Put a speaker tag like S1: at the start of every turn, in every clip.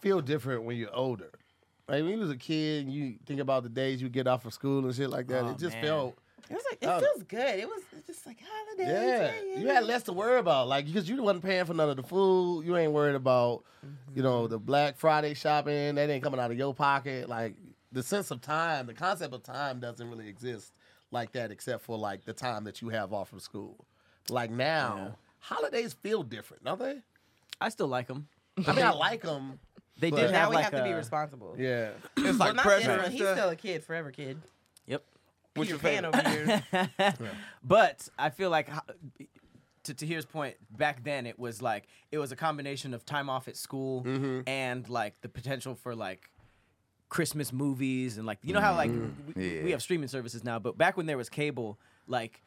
S1: feel different when you're older. Like when you was a kid, and you think about the days you get off of school and shit like that.
S2: Oh,
S1: it just
S2: man.
S1: felt
S3: It was like it
S1: Oh.
S3: feels good. It was it's just like holidays.
S1: yeah. You had less to worry about, like because you wasn't paying for none of the food. You ain't worried about, you
S2: Mm-hmm.
S1: know, the Black Friday shopping. That ain't coming out of your pocket. Like the sense of time, the concept of time doesn't really exist like that, except for like the time that you have off from school. Like now, holidays feel different, don't they?
S2: I still like them.
S1: I mean, I like them.
S2: They
S1: But-
S2: did
S3: Now
S2: have
S3: we
S2: like
S3: have to be
S2: a-
S3: responsible.
S1: Yeah.
S4: It's
S3: Well,
S4: like
S3: not
S4: pressure.
S3: Denver.
S4: and
S3: He's
S4: stuff.
S3: still a kid, forever kid.
S2: Yep.
S4: What's
S3: Peter
S4: your
S3: Pan
S4: favorite?
S3: over here.
S2: But I feel like, ho- to Tahir's point, back then it was like it was a combination of time off at school
S3: Mm-hmm.
S2: and like the potential for like Christmas movies and like you know how like
S3: Mm-hmm.
S2: we,
S4: Yeah.
S2: we have streaming services now, but back when there was cable, like.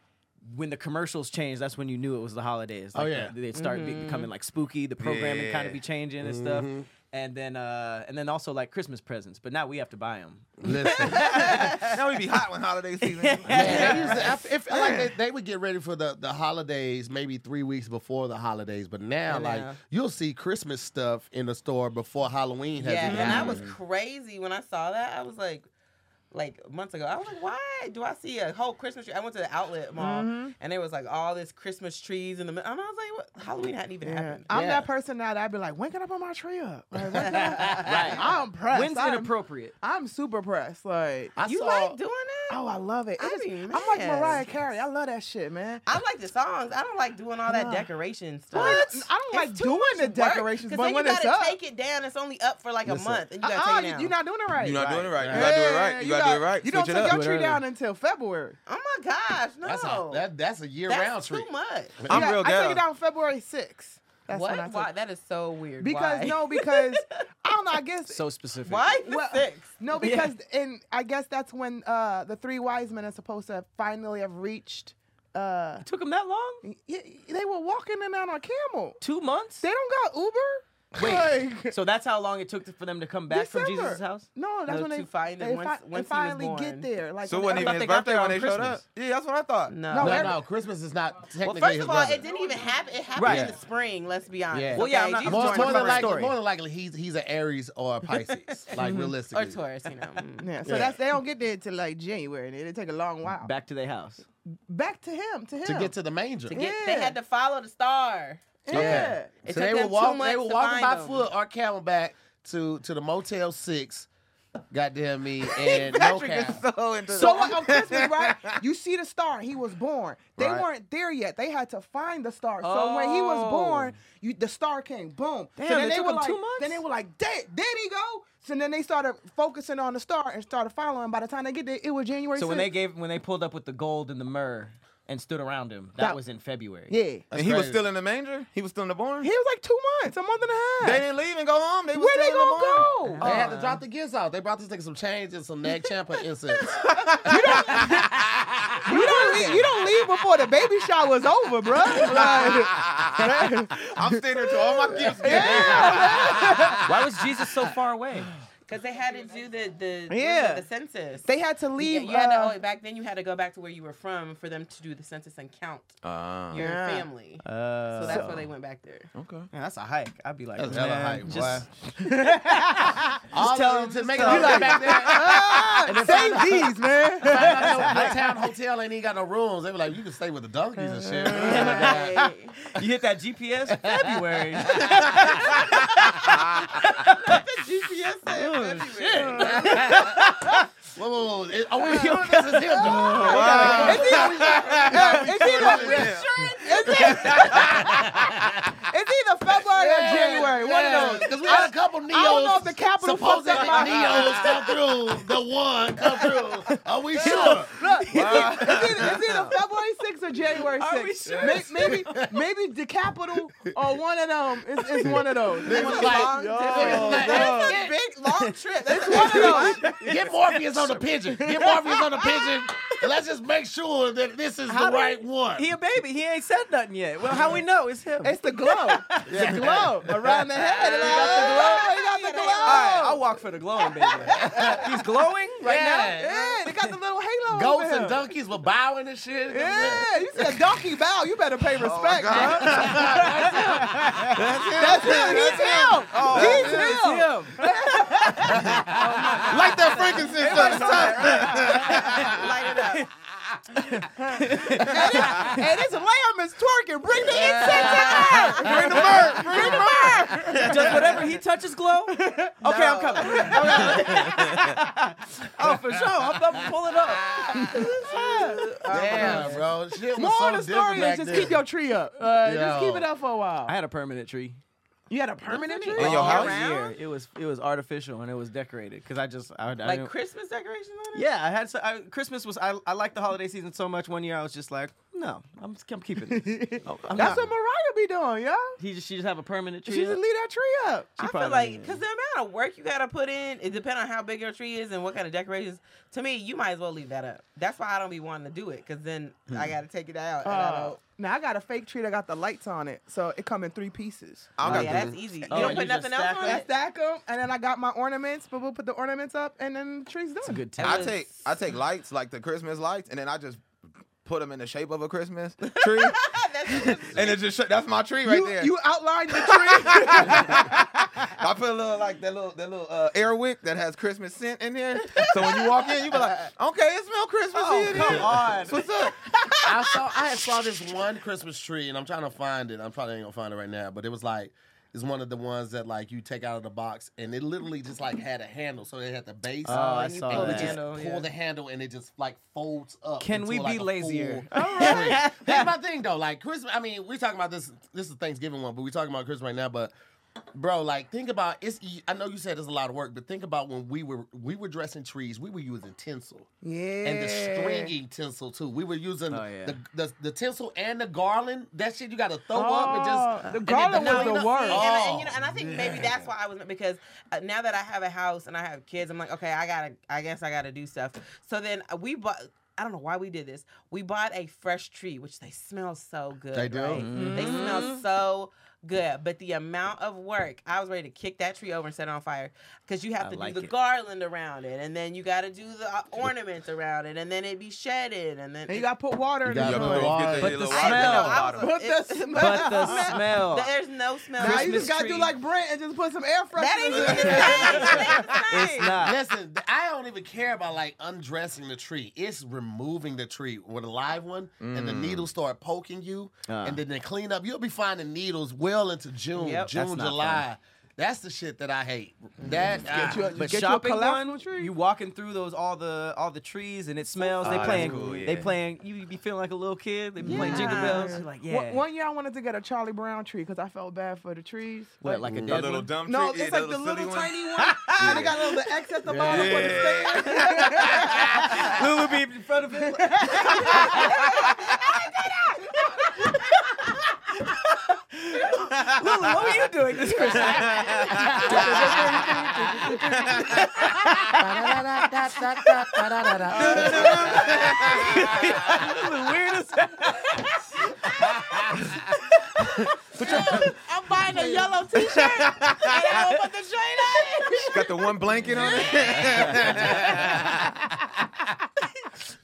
S2: When the commercials changed, that's when you knew it was the holidays.
S3: Oh,
S2: Like,
S1: yeah.
S2: the- they'd start be- becoming like spooky. The programming kind
S4: Yeah.
S2: of be changing and stuff,
S3: Mm-hmm.
S2: and then uh, and then also like Christmas presents. But now we have to buy them.
S1: Listen.
S4: now we be hot when holiday season.
S1: Man, they used to- I f- it felt like they, they would get ready for the, the holidays maybe three weeks before the holidays, but now
S3: I
S1: like
S3: know.
S1: you'll see Christmas stuff in the store before Halloween has
S3: yeah,
S1: even
S3: and I
S1: happened.
S3: was crazy when I saw that. I was like, like months ago, I was like, why do I see a whole Christmas tree? I went to the outlet mall and there was like all this Christmas trees in the middle. And I was like, what? Halloween hadn't even happened.
S5: I'm
S1: Yeah.
S5: that person now that I'd be like, when can I put my tree up? Like, when can I-" I'm pressed.
S2: When's
S5: I'm,
S2: inappropriate?
S5: I'm super pressed. Like,
S1: I
S3: you
S1: saw
S3: like doing that?
S5: oh, I love it. It
S3: I
S5: just-
S3: be
S5: I'm like
S3: mad.
S5: Mariah Carey. I love that shit, man.
S3: I like the songs. I don't like doing all that
S5: Nah.
S3: decoration stuff.
S5: N- I don't like doing the decorations, but
S3: then
S5: when
S3: you
S5: it's
S3: gotta
S5: up,
S3: take it down. It's only up for like a
S1: Listen.
S3: month, and you gotta
S5: uh-uh,
S3: take it down.
S5: you, are not doing it right.
S4: You're not doing it right. You
S1: Right.
S4: gotta do it
S5: Yeah,
S4: right. You gotta do it right.
S5: You don't
S4: Switch
S5: take
S4: it up.
S2: Do
S5: your
S2: it
S5: tree
S2: early.
S5: down until February.
S3: oh my gosh, no,
S1: that's a that, that's a year
S3: That's
S1: round
S3: too
S1: treat.
S3: much.
S4: I'm
S5: Yeah,
S4: real
S5: I took
S4: ghetto.
S5: it down February 6th. That's
S3: what?
S5: when I took
S3: Why?
S5: it.
S3: That is so weird.
S5: Because
S3: Why?
S5: no, because I don't know. I guess
S2: So specific.
S3: why the
S5: Well,
S3: six?
S5: No, because and I guess that's when uh, the three wise men are supposed to finally have reached. Uh,
S2: Took them that long?
S5: y- y- they were walking in and out on camel.
S2: Two months?
S5: They don't got Uber.
S2: Wait,
S5: Like,
S2: So that's how long it took to, for them to come back from
S5: December.
S2: Jesus' house?
S5: No, that's
S3: No,
S5: when they
S3: to find him
S5: they,
S3: once- once
S5: they
S3: he was
S5: finally
S3: born.
S5: get there. Like
S4: So it
S5: when
S4: wasn't
S5: they-
S2: I thought
S4: even his
S2: they got
S4: birthday
S2: there
S4: when they
S2: on
S4: showed up.
S2: Christmas.
S4: Yeah, that's what I thought.
S3: No.
S1: No,
S5: No,
S1: no,
S5: every-
S1: Christmas is not
S3: Well,
S1: technically
S3: first
S1: his
S3: of all,
S1: brother.
S3: it didn't even happen. It happened in
S2: Right.
S3: the spring. Let's be honest.
S1: Yeah.
S2: Well, yeah, I'm not-
S3: Jesus
S2: I'm
S1: more,
S2: just
S3: joined
S1: more
S2: talking
S1: than
S3: the
S2: about
S3: first-
S1: likely,
S2: story.
S1: more than likely, he's he's an Aries or a Pisces, like
S3: or
S1: realistically.
S3: Taurus, you know. Mm.
S5: yeah, so that's they don't get there till like January, and it take a long while. Back,
S2: Back to their house.
S5: to him, to him,
S1: To get to the manger.
S3: To get, They
S5: Yeah.
S3: had to follow the star.
S5: yeah.
S1: so
S3: It took
S1: they
S3: them
S1: were
S3: two
S1: walking. They
S3: months
S1: were
S3: to
S1: walking
S3: find
S1: by
S3: them.
S1: foot or camelback to to the Motel Six. Goddamn me and no
S4: Patrick is
S1: cap.
S4: so into
S5: So what on Christmas, right? You see the star. He was born. They
S4: Right.
S5: weren't there yet. They had to find the star. So when he was born, you the star came. Boom.
S2: Damn,
S5: so then
S2: it
S5: they
S2: took
S5: were
S2: him
S5: like,
S2: two months?
S5: then they were like, there, there he go. So then they started focusing on the star and started following. By the time they get there, it was January.
S2: So when they
S5: 6th.
S2: gave when they pulled up with the gold and the myrrh and stood around him, that,
S5: That-
S2: was in February.
S5: yeah,
S4: And he was
S1: crazy.
S4: still in the manger. He was still in the barn.
S5: he was like two months, a month and a
S4: They
S5: half.
S4: didn't leave and go home. They was
S5: Where
S4: still
S5: they
S4: in the
S5: gonna
S4: barn.
S5: go?
S1: They had to drop the gifts out. They brought this nigga some change and some nag champa incense.
S5: you don't leave, you don't leave before the baby shower's over, bro.
S4: I'm standing there to all my gifts.
S2: Why was Jesus so far away?
S3: Because they had to do the the, what was
S5: Yeah.
S3: it, the census.
S5: they had to
S3: You-
S5: leave.
S3: you had to,
S5: uh,
S3: oh, back then you had to go back to where you were from for them to do the census and count
S4: Ah,
S3: your
S5: Yeah.
S3: family.
S2: Uh,
S3: so that's why they went back
S2: Oh
S3: there.
S4: okay.
S2: man, that's a hike. I'd be like,
S1: That's
S2: man,
S1: hella hype, boy.
S2: just,
S1: All of
S2: tell him-
S1: them to
S2: just
S1: make it
S2: tell
S1: all
S2: him.
S1: the way back there. and then find out-
S5: these, man.
S1: find out your- your town hotel ain't even got no rooms. They were like, you can stay with the donkeys and shit. Oh
S3: Right.
S2: you hit that GPS February.
S3: GPS said February.
S1: whoa, whoa, whoa. It- oh, wait, you know, this is him.
S4: Wow.
S5: It's either, it's either February or January. One of those.
S1: Because we got a couple neos.
S5: I don't know if the capital fucked
S1: supposedly
S5: up my
S1: neos come through. The one come through. Are we sure?
S5: It's either, it's either February 6th or January 6th.
S2: Are we sure?
S5: May- maybe, maybe the capital or one of them is, is one of those.
S1: They was like,
S3: That's a big long trip. That's
S5: One of those.
S1: Get Morpheus on the pigeon. Get Morpheus on the pigeon. And let's just make sure that this is
S2: How
S1: the
S2: do-
S1: right one.
S2: he a baby. He ain't said nothing yet. Well, how we know it's him?
S5: It's the glow. The glow around the head.
S2: You got
S5: They got the glow.
S2: All right, I walk for the glowing baby. He's glowing right
S5: Yeah, they got the little halo over
S1: Goats
S5: him.
S1: and donkeys were bowing and shit.
S5: Yeah, you see a donkey bow, you better pay respect.
S4: my God.
S5: bro. That's him. He's him.
S4: Oh,
S5: He's him.
S2: It's him.
S4: Like that frankincense on the
S3: Light it up.
S5: And, it- and his lamb is twerking. Bring the incense in there.
S4: Bring the bird. Bring the bird.
S2: Does whatever he touches glow? Okay, I'm coming. oh, for sure. I'm, I'm pulling up.
S1: Damn, bro. Shit was
S5: More
S1: so
S5: of the story
S1: different back
S5: is just
S1: then.
S5: keep your tree up. Uh, just
S1: Yo.
S5: keep it up for a while.
S2: I had a permanent tree.
S5: you had a permanent tree?
S4: In your
S2: All
S4: house?
S2: year, it was it was artificial and it was decorated because I just I, I
S3: Like
S2: didn't-
S3: Christmas decorations on it?
S2: yeah I had so, I, Christmas was I I liked the holiday season so much. One year I was just like no I'm I'm keeping this. I'm
S5: That's
S2: not-
S5: what Mariah be doing, y'all.
S2: he just she just have a permanent tree.
S5: She just
S2: up.
S5: leave that tree up.
S3: I
S2: She
S3: feel
S2: probably
S3: like
S2: didn't.
S3: because the amount of work you gotta put in, it depends on how big your tree is and what kind of decorations. To me, you might as well leave that up. That's why I don't be wanting to do it because then I
S2: Hmm.
S3: gotta take it out. and I
S5: Uh,
S3: don't-
S5: now I got a fake tree that got the lights on it, so it come in three pieces.
S4: I
S3: oh,
S4: don't
S3: yeah,
S4: got
S3: that's
S4: to.
S3: easy. You
S2: Oh,
S3: don't
S2: and
S3: put
S2: you just
S3: nothing else
S2: stack
S3: on
S2: them?
S5: I
S3: it.
S5: stack them, and then I got my ornaments, but we'll put the ornaments up, and then the tree's done.
S2: It's a good
S4: I
S2: time.
S4: take I take lights like the Christmas lights, and then I just put them in the shape of a Christmas tree, and it just sh- that's my tree right
S5: you,
S4: there.
S5: you outlined the tree.
S4: I put a little like that little that little uh, air wick that has Christmas scent in there. So when you walk in, you be like, okay, it smells Christmas.
S2: Oh, come on.
S4: What's up?
S1: I saw I had saw this one Christmas tree and I'm trying to find it. I'm probably ain't gonna find it right now, but it was like it's one of the ones that like you take out of the box and it literally just like had a handle, so it had the base.
S2: Oh, I
S1: and you
S2: saw
S1: pull
S2: that.
S1: It just
S3: Handle,
S1: pull
S3: yeah.
S1: the handle and it just like folds up.
S2: Can
S1: into,
S2: we
S1: like,
S2: be
S1: a
S2: lazier?
S1: full tree. That's my thing though. Like Christmas. I mean, we're talking about this. This is Thanksgiving one, but we're talking about Christmas right now. But bro, like think about it's. I know you said it's a lot of work, but think about when we were we were dressing trees. We were using tinsel
S5: yeah.
S1: and the stringy tinsel too. We were using
S2: Oh, yeah.
S1: the, the the tinsel and the garland. That shit you got to throw up and
S5: Oh,
S1: just
S5: the
S1: and then
S5: garland
S1: the
S5: was
S1: nylon-
S5: the
S3: See, And,
S5: worst.
S3: I- and,
S1: Oh,
S3: you know, and I think maybe that's why I was because uh, now that I have a house and I have kids, I'm like, okay, I gotta, I guess I gotta do stuff. So then uh, we bought. I don't know why we did this. We bought a fresh tree, which they smell so good.
S1: They do.
S3: right?
S5: Mm-hmm.
S3: They smell
S2: Mm-hmm.
S3: so good. But the amount of work, I was ready to kick that tree over and set it on fire because you have
S2: I
S3: to
S2: like
S3: do the
S2: it.
S3: garland around it, and then you got to do the uh, ornaments around it, and then it be shedded, and then
S5: And you got to put water in
S1: You
S5: the
S1: gotta
S5: joint.
S1: put water.
S2: But the
S3: smell.
S5: Put the
S3: It's-
S5: smell.
S2: But the smell.
S3: there's no smell.
S5: Now you
S2: Christmas
S5: just got to do
S2: tree.
S5: like Brent and just put some air fresheners
S3: That ain't
S5: in
S3: even the same.
S5: there.
S3: That ain't the
S2: It's
S3: same.
S5: Oh.
S2: not.
S1: Listen, th- I don't even care about like undressing the tree. It's removing the tree with a live one, and the needles start poking you,
S2: Mm. Uh.
S1: and then they clean up. You'll be finding needles well into June,
S3: Yep.
S1: June,
S2: That's not Mm.
S1: July. That's the shit that I hate. That ah.
S5: you a-
S2: But
S5: Get you a
S2: shopping
S5: collapsible
S2: one,
S5: tree.
S2: you walking through those all the all the trees and it smells. they
S4: Ah, that's
S2: playing,
S4: cool, yeah.
S2: they playing. You be feeling like a little kid. They be playing jingle
S3: Yeah.
S2: bells. You're like yeah.
S5: One, one year I wanted to get a Charlie Brown tree because I felt bad for the trees.
S2: what like a
S4: A
S2: dead
S4: little
S2: one?
S4: dumb
S5: No,
S4: tree.
S5: it's
S4: yeah,
S5: like the
S4: silly
S5: little
S4: one.
S5: tiny one. And it got a little X at the bottom for the
S4: Yeah.
S5: stand.
S2: Lulu be in front of it. Lulu, what were you doing this Christmas? the weirdest.
S3: I'm buying a yellow T-shirt and I will put the train on it.
S4: Got the one blanket on it.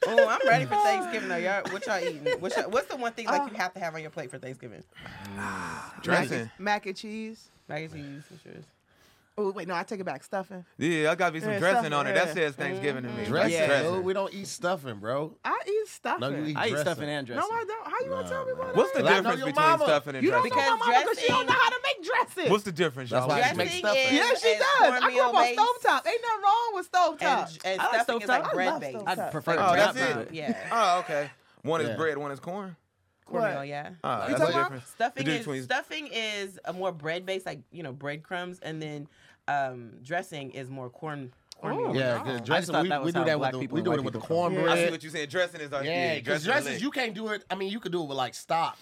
S3: Oh, I'm ready for Thanksgiving though. Y'all, what y'all eating? What's, y'all, what's the one thing like you have to have on your plate for Thanksgiving?
S4: Dressing.
S5: Mac and cheese.
S3: Mac and cheese. what's yours?
S5: Oh, wait, no, I take it back. Stuffing.
S4: Yeah, I gotta be some
S5: Yeah,
S4: dressing
S5: stuff,
S4: on it.
S5: yeah.
S4: That says Thanksgiving to me.
S1: dressing,
S2: Yeah.
S1: dude. We don't eat stuffing, bro.
S5: I eat stuffing.
S1: No, you eat
S2: I eat
S1: dressing.
S2: stuffing and
S5: No,
S2: dressing.
S5: I don't. How you gonna tell me
S1: Nah,
S5: what?
S4: What's the
S1: Well, I know
S4: difference
S1: your
S4: between
S1: mama.
S4: stuffing and
S5: You don't
S4: dressing?
S5: know my
S3: Because
S5: mama because she don't
S3: dressing-
S5: know how to make dressing.
S4: What's the difference,
S1: That's
S4: y'all?
S1: why
S4: What
S1: she
S4: you
S1: makes
S4: think?
S3: Dressing
S1: stuffing.
S3: is
S5: yeah,
S3: is
S5: she does. I grew up on
S3: cornmeal-based
S5: stovetop. Ain't nothing wrong with
S3: And,
S5: stovetop.
S3: and
S2: I like
S3: stuffing is like
S2: stovetop. I
S3: bread
S5: love
S3: based.
S5: stovetop.
S2: I'd prefer
S4: Oh,
S2: dressing.
S4: that's
S2: but
S4: it.
S3: Yeah,
S4: Oh, okay. One
S1: Yeah.
S4: is bread, one is corn.
S3: cornmeal. Yeah.
S4: Oh,
S5: You
S4: that's
S5: talking
S4: the
S5: about-
S4: difference.
S3: Stuffing
S4: The
S3: is
S4: difference between-
S3: stuffing is a more bread based, like you know breadcrumbs, and then um, dressing is more corn. cornmeal.
S5: Ooh.
S1: Yeah,
S5: Oh.
S1: 'cause
S5: I just
S1: dressing.
S2: thought
S1: We,
S2: that
S1: we
S2: was
S1: do
S2: how
S1: that with
S2: black
S1: the,
S2: people
S1: we
S2: and
S1: do
S2: white
S1: it with the
S2: people cook.
S1: cornbread.
S4: I see what you're saying. Dressing is our
S1: Yeah, because
S4: dressing. is
S1: dresses
S4: lit.
S1: you can't do it. I mean, you could do it with like stock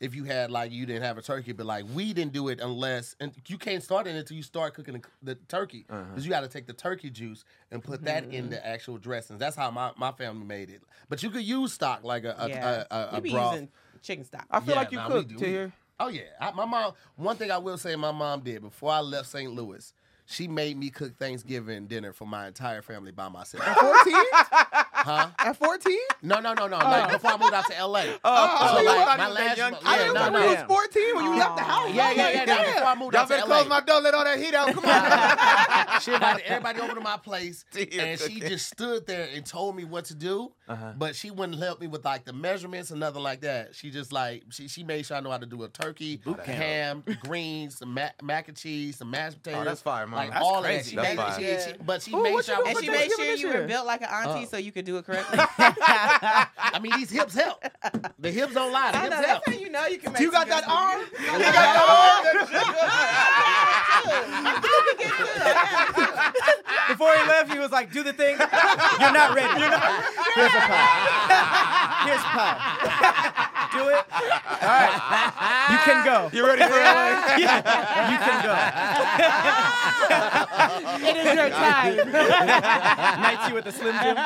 S1: if you had like you didn't have a turkey, but like we didn't do it unless and you can't start it until you start cooking the, the turkey because
S4: Uh-huh.
S1: you got to take the turkey juice and put that
S4: Mm-hmm.
S1: in the actual dressings. That's how my, my family made it. But you could use stock like a a,
S3: Yeah.
S1: a, a,
S3: we
S1: a
S3: be
S1: broth.
S3: using chicken stock.
S4: I feel
S1: Yeah,
S4: like you
S1: nah, we
S4: cooked
S1: do.
S4: to here.
S1: Oh yeah, I, my mom. One thing I will say, my mom did before I left St. Louis. She made me cook Thanksgiving dinner for my entire family by myself.
S5: 14?
S1: huh?
S5: At 14?
S1: No, no, no, no. Like before I moved out to LA.
S4: Oh,
S1: So,
S4: oh, you
S1: like, my
S4: thought you was that
S1: last-
S4: young kid.
S1: yeah,
S5: I didn't
S1: no,
S5: know when
S1: no.
S5: you was 14 when you left the
S3: Aw.
S5: house.
S1: Yeah,
S5: I'm
S1: yeah,
S5: like,
S1: yeah, no, Before I moved
S4: Y'all
S1: out to
S4: better
S1: LA.
S4: close my door. Let all that heat out. Come on.
S1: she invited everybody over to my place,
S4: Damn,
S1: and she
S4: okay.
S1: just stood there and told me what to do.
S4: Uh-huh.
S1: But she wouldn't help me with like the measurements and nothing like that. She just like she she made sure I know how to do a turkey, ham, greens, some ma- mac and cheese, some mashed potatoes.
S4: Oh, that's fire, Mama.
S1: Like
S4: That's
S1: all
S4: crazy.
S1: of that. She
S4: That's
S1: made,
S3: fire.
S1: she- she- but she
S5: Ooh,
S1: made
S5: what
S1: sure.
S5: you
S1: I
S5: doing
S3: And
S1: was
S5: for
S3: she
S1: doing-
S3: made
S5: Thanksgiving
S3: sure
S5: this
S3: you
S5: year?
S3: were built like an
S5: Oh.
S3: auntie so you could do it correctly.
S1: I mean, these hips help. The hips don't lie. The
S3: I know.
S1: hips
S3: That's
S1: help.
S3: how you know you can make
S5: You got
S3: some
S5: that
S3: good
S5: arm?
S2: Before he left, he was like, "Do the thing. You're not ready. You're not. Here's a pie. Here's a pie. Do it. All right. You can go.
S4: You ready for LA?
S2: Yeah. You can go.
S3: food. It is your time.
S2: Nighty with the slim jim.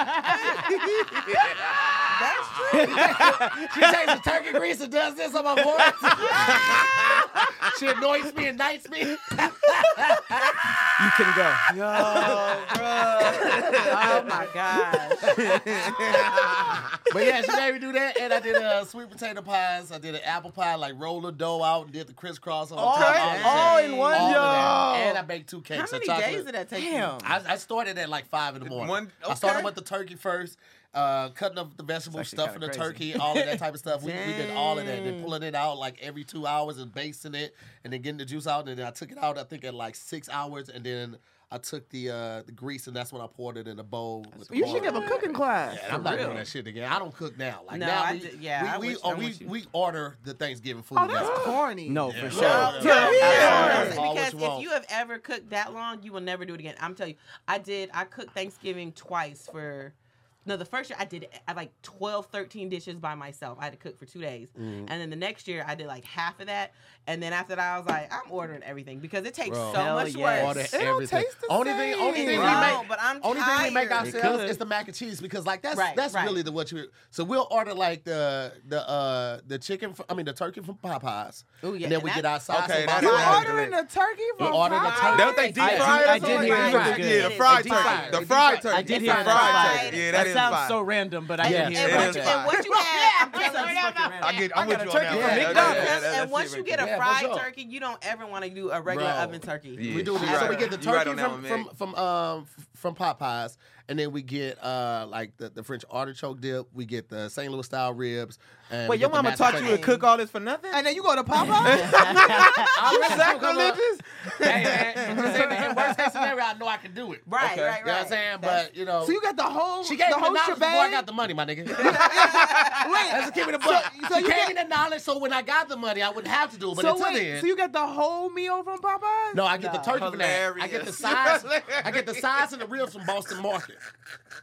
S3: That's true.
S1: She takes the turkey grease and does this on my voice. she annoys me and knights me.
S2: You can go.
S3: Oh my gosh.
S1: But yeah, she made me do that, and I did uh, sweet potato pies. I did an apple pie, like roll the dough out and did the crisscross on top.
S3: right.
S1: all of that.
S3: All in
S2: one,
S1: All of that.
S2: yo.
S1: And I baked two cakes.
S3: Oh, How many
S1: of chocolate.
S3: days did that take you?
S2: Damn.
S1: I, I started at like five in the morning.
S4: One-
S1: I started
S4: okay.
S1: with the turkey first, uh, cutting up the vegetables,
S2: actually
S1: stuffing the
S2: kinda crazy.
S1: turkey, all of that type of stuff. we, we did all of that. Then pulling it out like every two hours and basting it, and then getting the juice out. And then I took it out. I think at like six hours, and then I took the uh, the grease, and that's when I poured it in a bowl. With the
S5: You should
S1: water.
S5: give a cooking class.
S1: And I'm not doing that shit again. I don't cook now. Like
S3: No,
S1: now,
S3: I
S1: we,
S3: d- yeah,
S1: we
S3: I
S1: we,
S3: wish-
S1: oh,
S3: I'm
S1: we,
S3: with you.
S1: we order the Thanksgiving food.
S5: Oh,
S1: now.
S5: that's corny.
S2: No, for sure.
S1: Yeah.
S3: Yeah,
S1: Yeah.
S3: because
S1: All what you
S3: if
S1: want.
S3: you have ever cooked that long, you will never do it again. I'm telling you, I did. I cooked Thanksgiving twice for. No, the first year I did I like 12, 13 dishes by myself. I had to cook for two days. And then the next year I did like half of that. And then after that, I was like, I'm ordering everything because it takes
S1: Bro.
S3: so
S2: Hell
S3: much
S2: yes.
S1: Order
S3: work.
S5: don't
S1: everything.
S5: taste the
S1: only
S5: same.
S1: thing, only thing
S5: Bro,
S1: we make,
S3: but I'm
S1: only thing we make
S3: tired. It
S1: ourselves
S2: could.
S1: is the mac and cheese because like that's
S3: Right,
S1: that's
S3: right.
S1: really the what you. So we'll order like the the uh the chicken. From, I mean the turkey from Popeyes.
S3: Ooh, yeah,
S1: and then
S3: and
S1: we get
S3: that-
S1: our sauce.
S4: Okay,
S1: and
S4: that's
S5: You
S1: barbecue.
S4: right.
S5: ordering a turkey
S1: We
S5: from
S1: ordered a
S5: Popeyes?
S1: turkey.
S4: Don't they deep
S2: I-
S4: fry it? or
S2: I did
S4: something?
S2: hear it was good.
S4: Yeah, fried
S1: They deep fried
S4: turkey.
S1: it.
S4: The
S1: They
S4: fried
S1: deep fried
S4: turkey.
S1: it.
S2: I did
S4: The
S2: hear it was
S4: fried
S3: fried.
S4: turkey. Yeah,
S2: That,
S4: that is
S2: sounds
S4: fine.
S2: so random, but I
S1: Yeah.
S2: did
S1: And
S2: hear
S3: And,
S4: It
S2: it.
S3: what you,
S4: is
S3: and
S4: fine.
S3: what you have, I'm telling you, it's fucking
S4: I get, I'm
S2: I
S4: with
S2: got
S4: you
S2: a
S4: on
S2: turkey
S1: from
S4: that.
S1: McDonald's.
S4: Yeah, yeah, yeah,
S3: Because-
S4: that's
S3: and once
S4: it
S3: you
S4: right
S3: get a
S4: there.
S1: Yeah, for
S3: fried
S1: sure.
S3: turkey, you don't ever want to do a regular
S1: Bro.
S3: oven turkey.
S4: Yeah.
S1: We do
S4: you
S1: it.
S4: right
S1: So we
S4: on-
S1: get the
S4: you right
S1: turkey
S4: on that
S1: from,
S4: one,
S1: from from
S4: man.
S1: um f- from Popeyes, and then we get uh like the, the French artichoke dip. We get the St. Louis style ribs. And
S4: Wait,
S1: we
S4: your
S1: get the
S4: mama
S1: mashed
S4: taught you to
S1: potatoes.
S4: cook all this for nothing?
S5: And then you go to Popeyes?
S1: I'm really cook all that.
S4: Sacrilegious?
S1: Hey, man, I'm saying that in worst case scenario, I know I can do it.
S3: Right,
S4: Okay.
S3: right, right.
S1: You know what I'm saying?
S3: That's-
S1: But you know,
S5: so you got the whole,
S1: she gave
S5: the
S1: me the
S5: whole
S1: knowledge before I
S5: shebang?
S1: got the money, my nigga. Let's give me the buck.
S5: so
S1: she
S5: you
S1: gave
S5: got-
S1: me the knowledge, so when I got the money, I wouldn't have to do it. But
S5: so
S1: until
S5: wait,
S1: then,
S5: so you got the whole meal from Popeyes?
S1: no, I get the turkey from that. I get the
S4: Hilarious.
S1: size. I get the size and the ribs from Boston Market.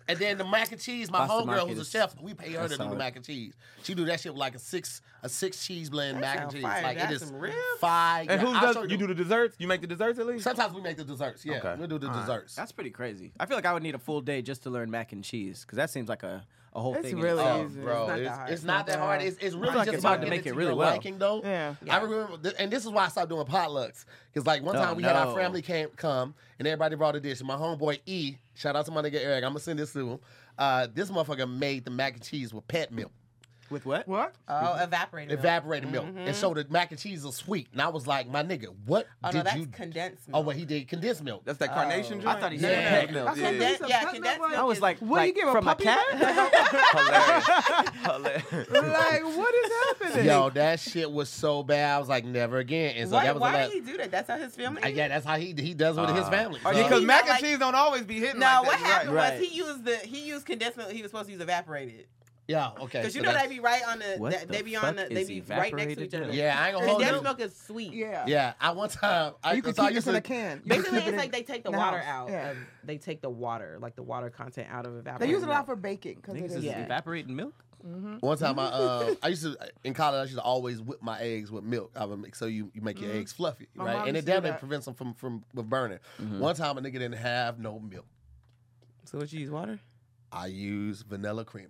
S1: And then the mac and cheese, my
S2: Boston
S1: homegirl
S2: Market
S1: who's a
S2: is-
S1: chef, we pay her to do the
S2: solid.
S1: mac and cheese. She do that shit with like a six a six cheese blend mac and
S3: sound
S1: cheese.
S3: fire.
S1: Like
S3: That's
S1: it is
S3: some ribs.
S1: fire.
S4: And
S1: Yeah,
S4: who
S1: I'll show
S4: does you do the desserts? You make the desserts at least?
S1: Sometimes we make the desserts. Yeah,
S4: Okay.
S1: we do the
S4: All right.
S1: desserts.
S2: That's pretty crazy. I feel like I would need a full day just to learn mac and cheese because that seems like a, a whole
S5: It's
S2: thing. in
S5: really
S2: itself.
S1: Oh,
S5: easy.
S1: bro,
S3: It's not
S1: it's,
S3: that hard.
S1: it's not that hard. It's, it's really
S2: like
S1: just
S2: it's
S1: about
S2: hard to
S1: getting
S2: make
S1: it to
S2: it really
S1: your
S2: well.
S1: liking, though.
S5: Yeah.
S1: I remember, th- and this is why I stopped doing potlucks. Cause like one
S2: Oh,
S1: time we had our
S2: no.
S1: family came come and everybody brought a dish. And my homeboy E, shout out to my nigga Eric. I'm gonna send this to him. Uh, this motherfucker made the mac and cheese with pet milk,
S2: With what?
S5: What?
S3: Oh, evaporated. milk.
S1: evaporated milk, and so the mac and cheese is sweet. And I was like, my nigga, what
S3: Oh,
S1: did
S3: no, that's
S1: you?
S3: condensed
S1: Oh,
S3: milk.
S1: well, he did condensed milk.
S4: That's that carnation
S2: I
S4: joint?
S2: thought he
S1: Yeah.
S2: said pet milk.
S5: Okay,
S4: Yeah.
S5: that's
S3: Condensed- yeah,
S5: that's
S3: condensed
S2: I
S5: not what-
S3: milk.
S2: was like,
S5: What,
S2: like
S5: you give a
S2: from a
S5: puppy
S2: cat?
S4: Hilarious. Hilarious.
S5: like, what is happening?
S1: Yo, that shit was so bad. I was like, never again. And so
S3: why
S1: that was the
S3: why
S1: last-
S3: did he do that? That's how his family.
S1: Uh, yeah, that's how he he does with his family.
S4: Or
S1: So-
S4: Uh, Because
S3: he
S4: mac
S3: got,
S4: and
S3: like-
S4: cheese don't always be hitting
S3: No,
S4: like
S3: what
S4: that. You're
S3: happened
S4: right.
S2: Right.
S3: was he used the he used condensed milk. He was supposed to use evaporated.
S1: yeah, okay.
S3: Cause you
S1: so
S3: know
S1: that's-
S3: they be right on the,
S2: What
S3: that- they
S2: the
S3: be on the
S2: fuck
S3: they
S2: is
S3: be right next to
S2: evaporated
S3: each other.
S2: milk?
S1: Yeah, I ain't gonna hold
S3: Condensed
S1: you.
S3: milk is sweet.
S5: Yeah.
S1: Yeah, I one time I
S5: You can
S1: so I
S5: keep this
S1: used
S5: in
S1: to-
S5: a can. You can
S3: Basically,
S5: keep it
S3: it's
S5: in
S3: like they take the
S5: the
S3: water
S5: house.
S3: out.
S5: Yeah.
S3: Of, they take the water, like the water content out of evaporated.
S5: They use it a lot
S3: milk.
S5: for baking because it
S2: Niggas
S5: is. mm-hmm.
S2: is
S3: Yeah.
S2: evaporating milk?
S1: One time I uh, I used to in college I used to always whip my eggs with milk. I would make so you, you make your eggs fluffy,
S5: Mm-hmm. My
S1: right?
S5: mom
S1: And it
S5: used to do
S1: damn near
S5: that.
S1: prevents them from from, from burning.
S2: Mm-hmm.
S1: One time a nigga didn't have no milk.
S3: So what you use water?
S1: I used vanilla creamer.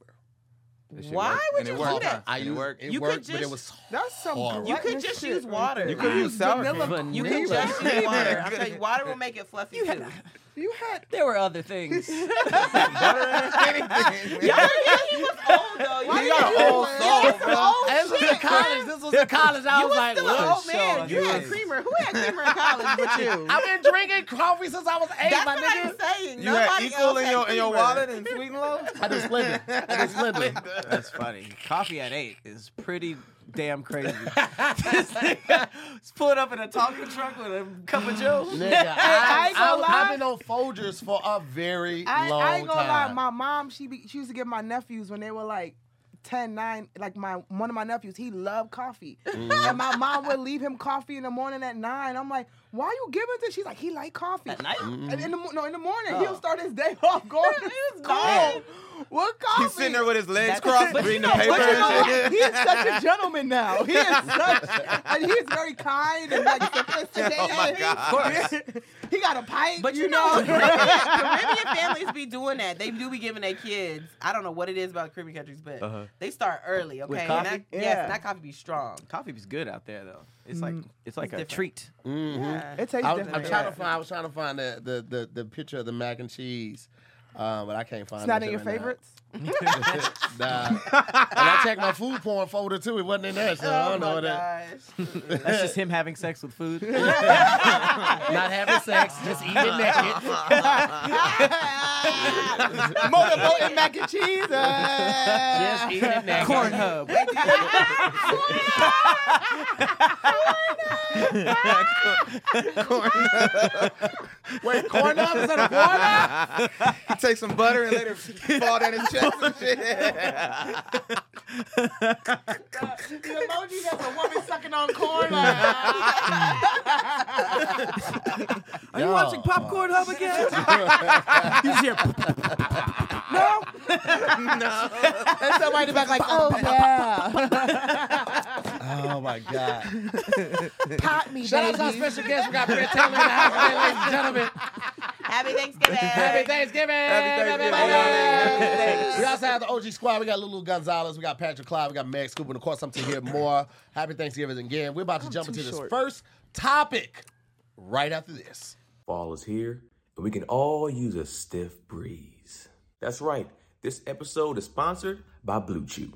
S4: That shit
S3: Why
S4: worked,
S3: would
S4: and
S3: you
S4: it
S3: do
S4: worked.
S3: that?
S4: And it
S1: used-
S4: worked.
S1: It
S3: You could
S1: worked, but it
S3: just-
S1: was
S5: That's some
S1: horrible.
S3: You could
S5: glutinous
S3: just
S5: shit
S3: use
S5: right
S3: water.
S5: there.
S4: You could use sour
S5: Vanilla
S4: cream.
S5: cream.
S3: You can
S5: Vanilla.
S3: just use water. I'm telling you, water will make it fluffy too.
S5: You had
S2: There were other things.
S3: Oh,
S4: Anything.
S3: Y'all yeah, he was old though.
S4: He
S3: You-
S4: got an old soul, bro.
S5: Oh,
S1: This was in college. This was in college. I
S3: You
S1: was
S3: was
S1: like,
S3: still an
S1: look,
S3: old man. You had creamer. Who had creamer in college but you?
S1: I've been drinking coffee since I was eight,
S3: That's
S1: my
S3: what I'm
S1: nigga.
S3: saying.
S4: You had
S3: Nobody
S4: equal
S3: else
S4: in
S3: had
S4: your in your
S3: creamer.
S4: wallet and sweet and low.
S1: I just Splendor. I just Splendor.
S2: That's funny. Coffee at eight is pretty damn crazy. this nigga is pulling up in a Tonka truck with a cup of Joe.
S1: Nigga,
S5: I
S1: I,
S5: ain't
S1: I,
S5: gonna
S1: I, have
S5: lie.
S1: been on Folgers for a very
S5: I,
S1: long
S5: I ain't gonna
S1: time.
S5: lie, my mom, she be, she used to give my nephews when they were like 10, 9, like my one of my nephews, he loved coffee. And my mom would leave him coffee in the morning at nine. I'm like, why you giving this? She's like, he like coffee.
S2: At night?
S5: And in the mo- no, in the morning,
S2: Oh.
S5: he'll start his day off going to school.
S3: bad.
S5: What coffee?
S4: He's sitting there with his
S2: That's-
S4: legs crossed,
S2: but you
S4: reading
S2: know-
S4: the paper.
S5: But you know
S4: and
S5: what?
S4: shit.
S5: He is such a gentleman now. He is such, and he is very kind and like sophisticated.
S4: Oh my God.
S5: he got a pipe.
S3: But you,
S5: you
S3: know, Caribbean families be doing that. They do be giving their kids. I don't know what it is about Caribbean countries, but
S4: Uh-huh.
S3: they start early. Okay, and
S2: coffee?
S3: that, yes,
S5: Yeah.
S3: and that coffee be strong.
S2: Coffee is good out there though. It's like it's like
S3: Mm. It's
S2: a
S3: different.
S2: treat.
S1: Mm-hmm.
S3: Yeah.
S5: It tastes
S1: I was,
S5: different.
S1: I'm trying to find. I was trying to find the the, the, the picture of the mac and cheese, uh, but I can't find.
S5: It's not
S1: that
S5: in your
S1: shit right now.
S5: favorites.
S1: Nah. and I checked my food porn folder too. It wasn't in there, so I
S3: Oh
S1: don't know
S3: my
S1: what that.
S3: gosh.
S2: That's just him having sex with food.
S1: Not having sex, just eating naked.
S5: Motorboat and mac and cheese. uh,
S1: just eating naked.
S2: Corn hub.
S1: Wait, corn hub is that a corn hub?
S4: He takes some butter and let it fall down his chest and shit.
S5: the emoji that's a woman sucking on corn. uh,
S1: Are you watching
S2: Popcorn hub again? you just hear
S5: no. and somebody in the back like, oh yeah,
S1: Oh my god!
S5: pot me,
S1: Shout out to our
S5: baby.
S1: special guest. We got Brett Taylor in the house, today, ladies and gentlemen.
S3: Happy Thanksgiving.
S1: Happy Thanksgiving!
S4: Happy Thanksgiving.
S1: We also have the OG squad. We got Lulu Gonzalez. We got Patrick Clyde. We got Meg Scoop. And of course, I'm to hear more. Happy Thanksgiving again. We're about to jump
S5: too
S1: into this
S5: short.
S1: first topic right after this.
S6: Fall is here, and we can all use a stiff breeze. That's right, this episode is sponsored by Blue Chew.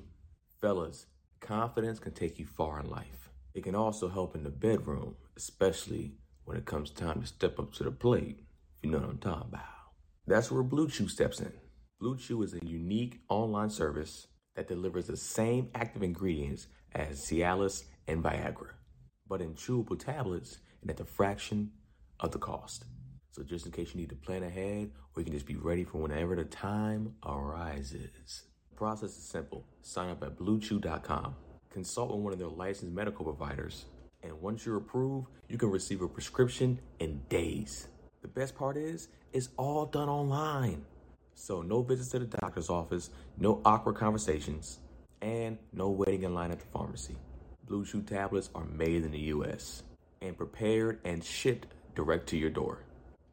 S6: Fellas, confidence can take you far in life. It can also help in the bedroom, especially when it comes time to step up to the plate, if you know what I'm talking about. That's where Blue Chew steps in. Blue Chew is a unique online service that delivers the same active ingredients as Cialis and Viagra, but in chewable tablets and at the fraction of the cost. So just in case you need to plan ahead, or you can just be ready for whenever the time arises. The process is simple. Sign up at bluechew.com. Consult with one of their licensed medical providers. And once you're approved, you can receive a prescription in days. The best part is, it's all done online. So no visits to the doctor's office, no awkward conversations, and no waiting in line at the pharmacy. Blue Chew tablets are made in the US and prepared and shipped direct to your door.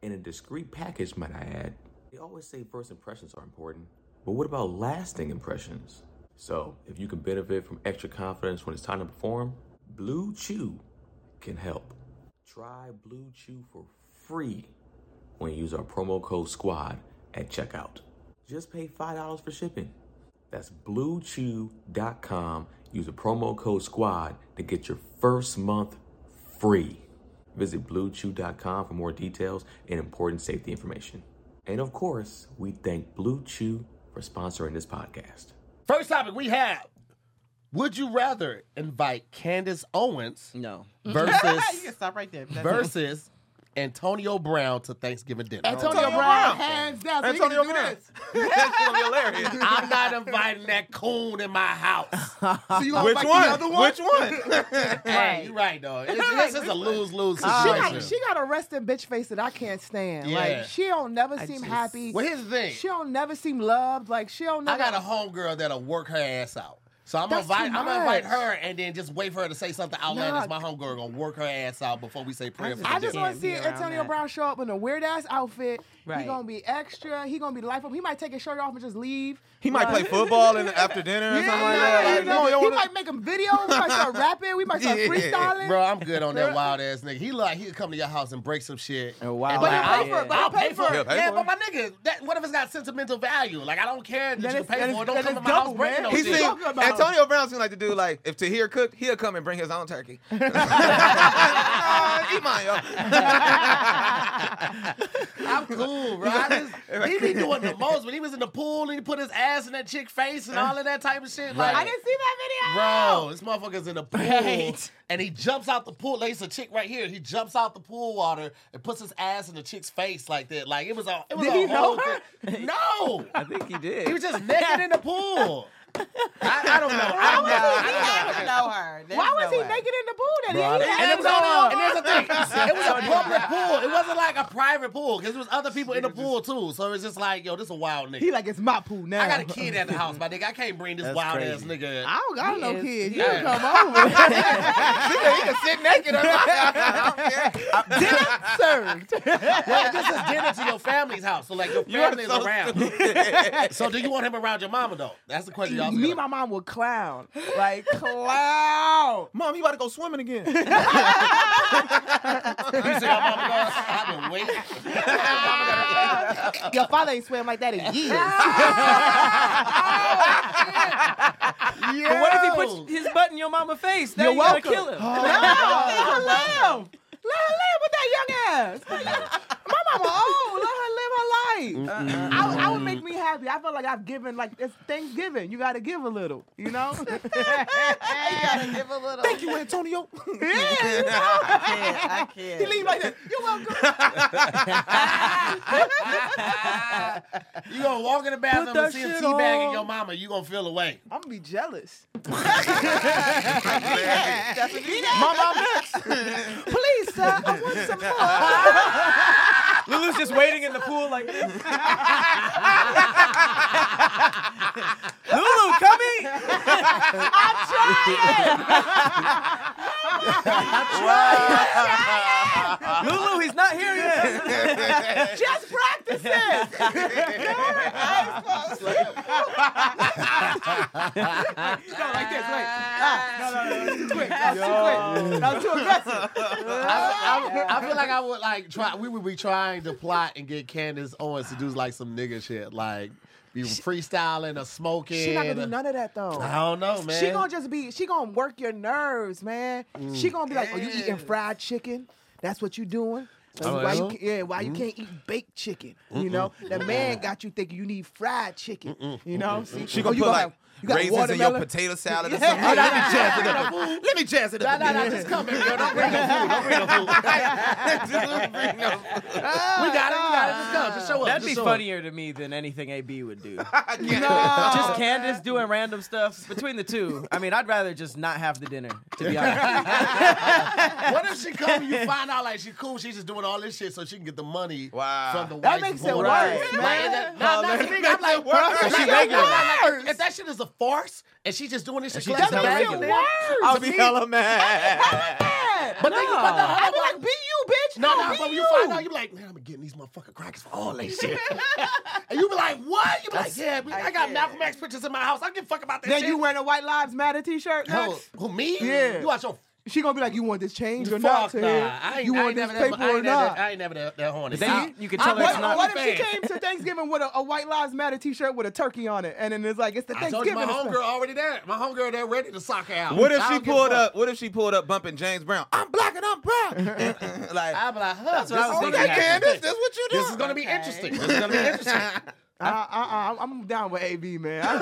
S6: In a discreet package, might I add. They always say first impressions are important, but what about lasting impressions? So, if you can benefit from extra confidence when it's time to perform, Blue Chew can help. Try Blue Chew for free when you use our promo code SQUAD at checkout. Just pay $5 for shipping. That's bluechew.com. Use the promo code SQUAD to get your first month free. Visit bluechew.com for more details and important safety information. And of course, we thank Blue Chew for sponsoring this podcast.
S1: First topic we have Would you rather invite Candace Owens
S2: No.
S3: You
S5: Mm.
S1: versus
S3: can stop right there. That's it.
S1: versus Antonio Brown to Thanksgiving dinner?
S5: Antonio Brown, hands down. So
S4: Antonio
S5: he can do
S4: Brown.
S5: this.
S4: That's gonna be hilarious.
S1: I'm not inviting that coon in my house.
S5: So you gonna
S4: Which
S5: invite
S4: one?
S5: The other one?
S4: Which one?
S1: hey, you're right, though. It's, this is a lose lose
S5: She
S1: situation.
S5: got, she got a resting bitch face that I can't stand.
S1: Yeah.
S5: Like she don't never seem
S2: just-
S5: happy.
S1: well, here's the thing.
S5: She don't never seem loved. Like she don't
S1: I
S5: never.
S1: got a homegirl that'll work her ass out. So I'm gonna,
S5: That's too
S1: invite, I'm gonna invite
S5: much.
S1: her and then just wait for her to say something outlandish. My homegirl gonna work her ass out before we say prayer for
S5: I
S1: the
S5: just
S1: day.
S3: Yeah,
S5: want to see
S3: be around
S5: Antonio
S3: that.
S5: Brown show up in a weird ass outfit.
S3: Right.
S5: He gonna be extra. He gonna be life up. He might take his shirt off and just leave.
S4: He might play football in the after dinner or
S5: Yeah,
S4: something like
S5: yeah,
S4: that.
S5: yeah,
S4: Like,
S5: yeah.
S4: no, you don't
S5: he
S4: wanna-
S5: might make a video. We might start rapping. We might start
S4: Yeah.
S5: freestyling.
S1: Bro, I'm good on that
S5: Bro.
S1: wild ass nigga. He like he'll come to your house and break some shit.
S2: And wild
S1: like,
S2: out.
S1: I'll-
S2: But you pay for it,
S5: but you
S1: I'll pay
S5: pay for
S1: for
S5: it.
S1: it.
S4: He'll pay
S1: Yeah, but
S4: for it.
S1: my nigga, that, what if it's got sentimental value? Like I don't care that
S5: Then
S1: you
S5: it's-
S1: can pay
S5: then
S1: for it. Don't
S5: it's- then
S1: come to
S5: it's
S1: my
S5: double,
S1: house breaking
S5: man.
S1: no
S4: He
S5: What you
S1: shit.
S4: seem,
S5: talking about?
S4: Antonio Brown seemed like the dude like if Tahir cooked, he'll come and bring his own turkey. nah, eat mine, yo.
S1: I'm cool, bro. I just, he be doing the most. When he was in the pool and he put his ass in that chick face and all of that type of shit. Like,
S5: I didn't see that video.
S1: Bro, this motherfucker's in the pool
S2: Right.
S1: and he jumps out the pool. There's a chick right here. He jumps out the pool water and puts his ass in the chick's face like that. Like it was a it was
S5: Did
S1: a
S5: he
S1: whole
S5: know her?
S1: thing. No.
S2: I think he did.
S1: He was just naked in the pool. I, I don't know.
S5: Why
S1: I'm
S5: would
S1: not- I
S5: he be
S1: don't know.
S5: out?
S3: I don't know her. There's
S5: Why was
S3: no
S5: he
S3: way.
S5: naked in the pool? That
S1: Bro, I
S5: he
S1: don't- and
S5: had
S1: it was
S5: no
S1: on, and
S5: on.
S1: there's a thing. It was a public pool. It wasn't like a private pool because there was other people in the pool too. So it's just like, yo, this a wild nigga.
S5: He like it's my pool now.
S1: I got a kid at the house, my nigga. I can't bring this
S2: That's
S1: wild
S2: crazy.
S1: ass nigga.
S5: I don't got no
S3: is-
S5: kid.
S1: he
S5: You can
S1: is.
S5: come over.
S4: he can sit naked. I don't care.
S5: Dinner served.
S1: Well, this is dinner to your family's house, so like your
S4: You are
S1: family's
S4: so
S1: around.
S4: stupid.
S1: So do you want him around your mama though? That's the question y'all.
S5: Me and my mom would clown. Like clown.
S4: Mom, you about to go swimming again?
S1: You see how mama goes? I've been waiting.
S5: Your father ain't swam like that in years.
S2: But what if he puts his butt in your mama's face? Now
S5: You're
S2: you gotta
S5: welcome.
S2: kill him.
S5: No, leave her live. Let her live with that young ass. My mama old. Let her live her life. I, would- I would make me happy. I feel like I've given like it's Thanksgiving. You gotta give a little, you know.
S3: You gotta give a little.
S4: Thank you, Antonio.
S5: yeah, you know?
S3: I can't. I can't.
S5: He leave like that. You're welcome.
S1: You gonna walk in the bathroom
S5: that
S1: and see him
S5: shit
S1: teabagging
S5: on.
S1: your mama? You gonna feel away?
S5: I'm gonna be jealous.
S3: That's what you did.
S5: Please, sir, I want some more.
S2: Lulu's just waiting in the pool like this. Lulu, come eat. I'm trying. Lulu, he's not here yet.
S5: Just practice it. No, like this, like. Ah, no, no, no, too quick. That was too quick. That was too aggressive.
S1: I, I, I feel like I would like try. We would be trying to plot and get Candace Owens to do like some nigga shit, like be freestyling or smoking.
S5: She not gonna
S1: or-
S5: do none of that though.
S1: I don't know, man.
S5: She gonna just be. She gonna work your nerves, man. She gonna be like, "Oh, you eating
S3: Yes.
S5: fried chicken? That's what you doing." That's
S1: Oh, yeah?
S5: why you ca- yeah, why you can't eat baked chicken? You know, the man got you thinking you need fried chicken. You know, See,
S4: She
S5: oh,
S4: gonna
S5: you
S4: put like
S5: have- you got
S4: raisins in your
S5: watermelon?
S4: potato salad or
S5: Yeah.
S4: something. Let me jazz it up. a- Let me jazz it
S1: Nah,
S4: up.
S1: nah, nah, just come here, girl. Don't bring no food. Don't bring no food. Ah, we got it. We got it. Just come. Just show up.
S2: That'd
S1: Just
S2: be
S1: show up.
S2: funnier to me than anything AB would do.
S4: No.
S2: just Candace doing random stuff between the two. I mean, I'd rather just not have the dinner, to be honest.
S1: What if she come? You find out like she cool. She's just doing all this shit so she can get the money
S4: Wow.
S1: from the
S5: That
S1: white
S5: makes it
S1: boy.
S5: worse,
S1: Like,
S5: man.
S1: that- nah, nah,
S4: that
S1: nigga,
S4: makes
S1: I'm like,
S4: it worse.
S1: bro,
S4: So she
S1: like,
S2: regular.
S1: like, If that shit is a farce and she's just doing this shit,
S2: she
S1: collect the
S2: just hella
S1: bag,
S2: regular.
S4: I'll be hella mad.
S1: But no. nigga, but no,
S5: I'd be like, "Be you, bitch."
S1: no, no,
S5: be
S1: but when you
S5: you.
S1: find out, you be like, man, I'm getting these motherfucking crackers for all that shit. and you be like, what? You be like, yeah, I, got Malcolm X pictures in my house. I give a fuck about that
S5: Then
S1: shit.
S5: you wearing a White Lives Matter T-shirt
S1: Who,
S5: next.
S1: who, me?
S5: Yeah.
S1: You watch your
S5: She gonna be like, "You want this change or
S1: Fuck
S5: not?"
S1: nah.
S5: Tahir?
S1: I ain't,
S5: you
S1: I
S5: want
S1: ain't
S5: this
S1: never that, I
S5: paper or
S1: ain't never,
S5: not?
S1: that, I ain't never that, that horny.
S2: Then
S1: I-
S2: you- you can tell
S1: I'm
S2: her it's
S1: a-
S2: not-
S5: What if she
S1: fan.
S5: came to Thanksgiving with a, a White Lives Matter T-shirt with a turkey on it, and then it's like it's the
S1: I told you
S5: Thanksgiving.
S1: my homegirl
S5: stuff.
S1: already there. My homegirl there ready to sock her out.
S4: What if
S1: I
S4: she
S1: don't give a
S4: pulled
S1: fuck.
S4: up? What if she pulled up bumping James Brown? I'm black and I'm proud. mm, like,
S1: I'd be like, huh, that's what
S2: I was thinking
S4: okay, Candace, that's what you do.
S1: This is gonna be
S3: Okay.
S1: interesting. This is gonna be interesting.
S5: Uh, uh, uh, I'm- I'm down with AB, man. I-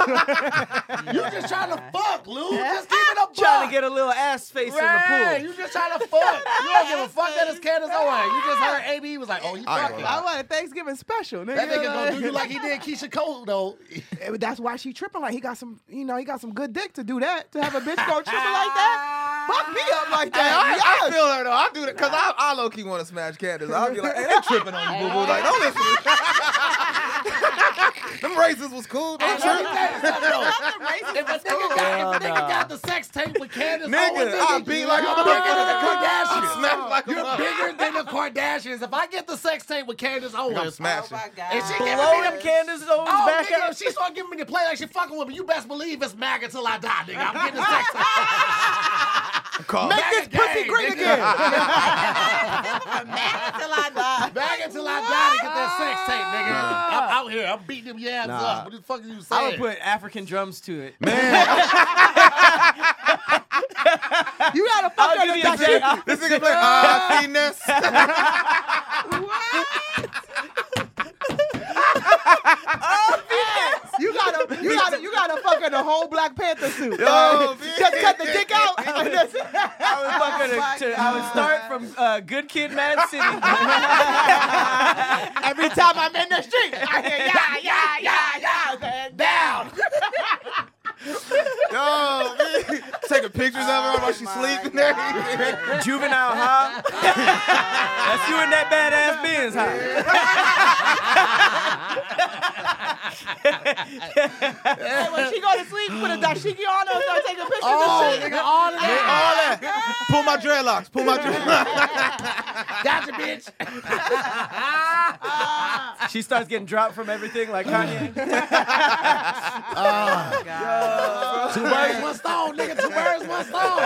S1: you just trying to fuck, Lou. Just keep it up.
S2: Trying to get a little ass face
S1: Right,
S2: in the pool.
S1: you just trying to fuck. You don't give a fuck that it's Candace Owens. You just heard AB was like, oh, he
S4: I ain't
S1: fucking.
S4: gonna
S5: I want a Thanksgiving special, nigga.
S1: That nigga gonna do you like he did Keisha Cole though.
S5: Eh, That's why she tripping. Like he got some, you know, he got some good dick to do that. To have a bitch go tripping like that, fuck me up like
S4: Hey, I,
S5: that.
S4: I feel her though. I do that because I, I low key want to smash Candace. I'll be like, hey, they tripping on you, boo boo. Like, don't listen. to Them raisins was cool. Them
S1: Let me
S4: shrimp.
S1: tell you something, though. If a nigga, got, if
S2: Hell
S1: nigga
S2: no.
S1: got the sex tape with Candace Owens,
S4: Nigga,
S1: nigga,
S4: I beat like a
S1: you're bigger than the
S4: motherfucker. I
S1: Kardashians.
S4: smacked like a
S1: You're
S4: motherfucker.
S1: bigger than the Kardashians. If I get the sex tape with Candace Owens,
S4: I'm
S3: Oh
S4: smashing.
S3: my god.
S1: And she
S2: Blow
S1: giving me
S2: them
S1: the-
S2: Candace Owens
S1: Oh,
S2: back
S1: nigga,
S2: out.
S1: if she start giving me the play like she fucking with me, you best believe it's MAGA till I die, nigga. I'm getting the sex tape.
S4: Call.
S1: this pussy green
S3: I'm mad till I die.
S1: MAGA till I die to get that sex tape, nigga. I'm out here. I'm beating them yams
S2: Nah.
S1: up. What the fuck are you
S2: I
S1: saying?
S2: would put African drums to it.
S4: Man,
S5: You gotta fuck
S2: I'll
S5: up
S2: give you
S5: the
S2: a check.
S5: documentary.
S2: I'll-
S4: this nigga play ah finesse.
S5: You gotta, you gotta, you gotta fuck up the whole Black Panther suit.
S4: Yo,
S5: Just cut the dick out. That's it.
S2: I would, fuck her to- to- I would start from uh, Good Kid, Mad City.
S1: Every time I'm in the street, I hear yeah, yeah, yeah, yeah, down.
S4: Yo, man. Taking pictures of her while she's sleeping there.
S2: Juvenile Hop. That's you and that badass Benz Hop.
S5: And when she go to sleep, put a dashiki on her and start taking pictures
S1: Oh,
S5: and shit.
S1: nigga, all of
S4: All
S1: that.
S4: that. Pull my dreadlocks. Pull my dreadlocks.
S1: Gotcha, bitch.
S2: She starts getting dropped from everything like Kanye.
S1: Two birds, one stone, nigga. Two birds, one stone.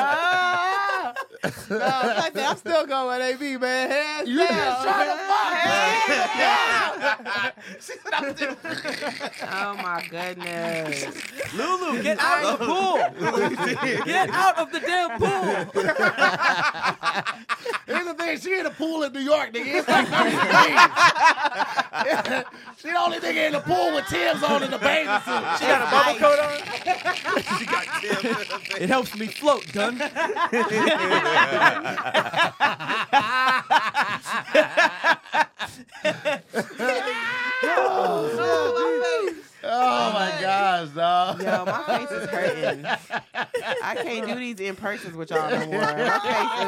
S5: I'm still going with AB, man. Hands
S1: You just trying to fuck.
S3: Oh my goodness.
S2: Lulu, get out of the pool. Get out of the damn pool.
S1: Here's the thing, she in a pool in New York, nigga. It's like 30 degrees. she the only nigga in the pool with Tim's on in the bathing suit.
S2: She got a bubble coat on. It helps me float, done.
S1: Oh my gosh, dog.
S3: Yo, my face is hurting. I can't do these in persons with y'all no more. My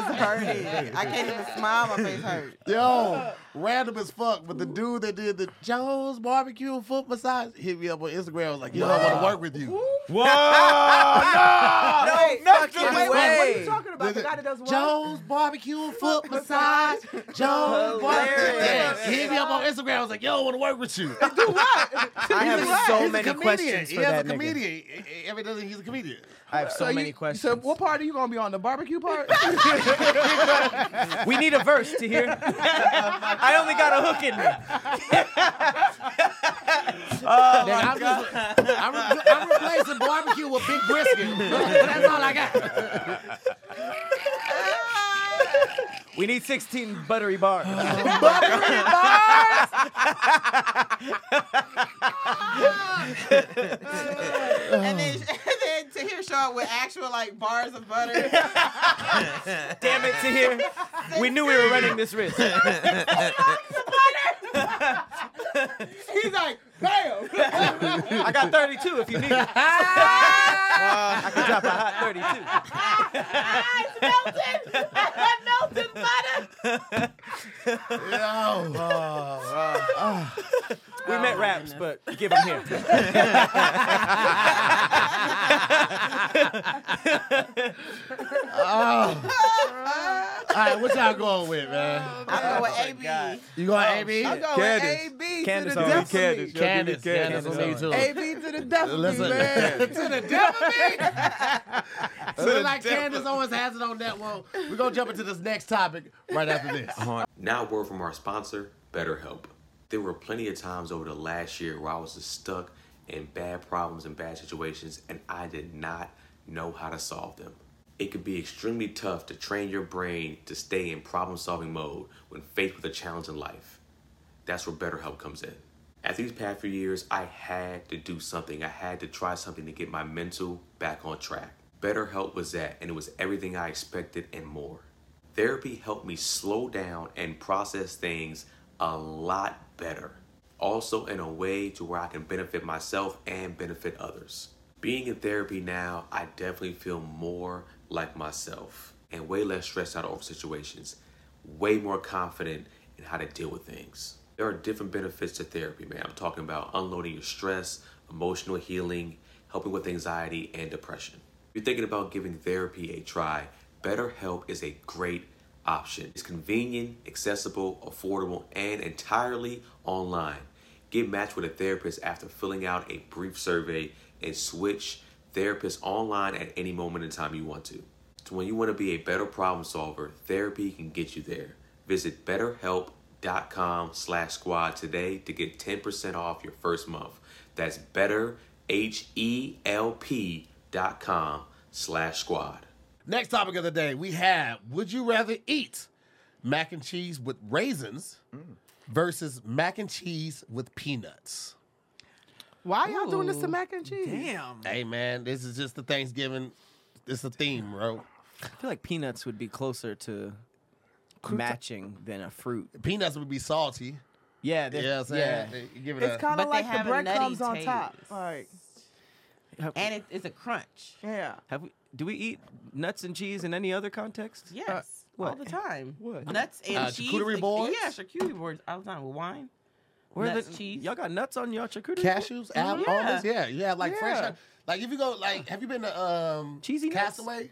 S3: face is hurting. I can't even smile. My face hurts.
S1: Yo, random as fuck. But the dude that did the Jones barbecue and foot massage hit me up on Instagram. I was like, yo, I want to work with you.
S4: Whoa, no.
S5: Wait,
S2: not
S5: wait,
S2: the
S5: wait, What are
S2: way.
S5: you talking about? The guy that does what?
S1: Jones barbecue and foot massage. Jones barbecue. Yeah,
S2: Hilarious.
S1: He hit me up on Instagram. I was like, yo, I want to work with you.
S2: I have so many questions
S1: He
S2: for
S1: is a
S2: that nigga.
S1: comedian. Every day he's a comedian.
S2: I have so
S5: you-
S2: many questions.
S5: So what part are you gonna be on? The barbecue part?
S2: We need a verse to hear. I only got a hook in me.
S5: Oh
S1: Nigga, I'm, just, I'm, re- I'm replacing barbecue with big brisket. That's all I got.
S2: We need 16 buttery bars.
S3: And then, and then to hear show up with actual like bars of butter.
S2: Damn it, to hear. We knew we were running this risk.
S5: He's like, bam.
S2: I got 32 if you need it. I can drop a hot 32.
S3: melted butter.
S2: We met
S5: Oh,
S2: raps, but give them here.
S1: All right, what y'all going with, man?
S3: I'm going with AB.
S1: You going AB?
S5: Oh, I'm going
S4: Candace.
S5: with AB
S2: Candace
S5: to the
S2: always.
S5: death of
S4: Candace.
S5: me.
S1: Candace, Candace,
S2: Candace
S1: will need
S2: Owens.
S1: you.
S5: AB to the death of me,
S1: Listen.
S5: man. to the death of me.
S1: Look like Candace Owens has it on that one. We're going to jump into this next topic right after this.
S6: Now, a word from our sponsor, BetterHelp. There were plenty of times over the last year where I was just stuck in bad problems and bad situations, and I did not know how to solve them. It could be extremely tough to train your brain to stay in problem solving mode when faced with a challenge in life. That's where BetterHelp comes in. After these past few years, I had to do something. I had to try something to get my mental back on track. BetterHelp was that, and it was everything I expected and more. Therapy helped me slow down and process things a lot better, also in a way to where I can benefit myself and benefit others. Being in therapy now, I definitely feel more like myself and way less stressed out over situations, way more confident in how to deal with things. There are different benefits to therapy, man. I'm talking about unloading your stress, emotional healing, helping with anxiety and depression. If you're thinking about giving therapy a try, BetterHelp is a great option. It's convenient, accessible, affordable, and entirely online. Get matched with a therapist after filling out a brief survey and switch therapists online at any moment in time you want to. So when you want to be a better problem solver, therapy can get you there. Visit betterhelp.com slash squad today to get 10% off your first month. That's E betterhelp.com slash squad.
S1: Next topic of the day, we have Would you rather eat mac and cheese with raisins
S5: Mm.
S1: versus mac and cheese with peanuts?
S5: Why y'all doing this to mac and cheese?
S2: Damn.
S1: Hey, man, this is just the Thanksgiving. It's a theme, bro.
S2: I feel like peanuts would be closer to matching than a fruit.
S1: Peanuts would be salty.
S2: Yeah,
S1: You
S2: they're-
S1: know what I'm saying?
S2: yeah.
S1: They- Give it
S5: It's
S1: a,
S5: kind
S3: But
S5: of
S3: they
S5: like the
S3: have a nutty
S5: breadcrumbs on top.
S3: taste.
S5: Like,
S2: Have,
S3: and it, it's a crunch.
S5: yeah.
S2: have we, do we eat nuts and cheese in any other context?
S3: Yes, all
S2: Uh, what?
S3: the time.
S2: What?
S3: Nuts and
S1: Uh,
S3: cheese.
S1: charcuterie boards?
S3: Yeah, charcuterie boards all the time with wine.
S2: Where
S3: nuts,
S2: the,
S3: cheese.
S2: Y'all got nuts on y'all charcuterie? board?
S1: cashews, apples, all
S3: Yeah.
S1: this. Yeah, yeah, like
S5: Yeah.
S1: fresh. Like if you go, like, have you been to um
S2: Cheesy nuts?
S1: Castaway?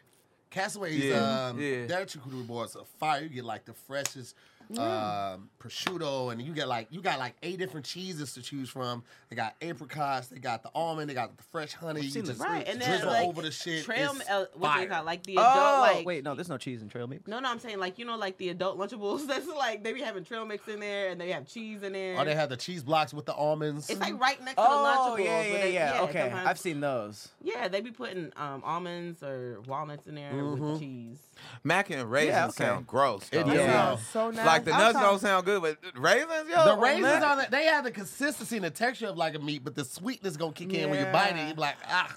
S1: Castaway's
S4: Yeah,
S1: um,
S4: yeah.
S1: their charcuterie boards are fire. You get like the freshest
S3: Mm.
S1: um, prosciutto, and you get like you got like eight different cheeses to choose from. They got apricots, they got the almond, they got the fresh honey. You
S2: seen
S1: just
S2: this.
S3: Right, and then
S1: drizzle
S3: like
S1: over the shit.
S3: trail,
S1: it's
S3: uh, what do
S1: fire.
S3: they call it? like the
S2: Oh,
S3: adult like
S2: wait, no, there's no cheese in trail mix.
S3: No, no, I'm saying like you know, like the adult Lunchables. That's like they be having trail mix in there, and they have cheese in there.
S1: Or Oh, they have the cheese blocks with the almonds.
S3: it's like right next to
S2: Oh,
S3: the Lunchables.
S2: yeah,
S3: where
S2: yeah,
S3: they-
S2: yeah. Okay,
S3: sometimes-
S2: I've seen those.
S3: Yeah, they be putting um, almonds or walnuts in there
S2: Mm-hmm.
S3: with cheese.
S4: Mac and raisins
S2: Yeah, okay.
S4: sound gross.
S1: It
S4: dog.
S1: does. Yeah.
S5: Sounds so nasty.
S4: Like the
S5: I'm
S4: nuts
S5: sorry.
S4: don't sound good, but raisins, yo.
S1: the
S4: on
S1: raisins
S4: that-
S1: on it, they have the consistency and the texture of like a meat, but the sweetness gonna kick in when you bite it.
S5: Yeah.
S1: You're like, ah,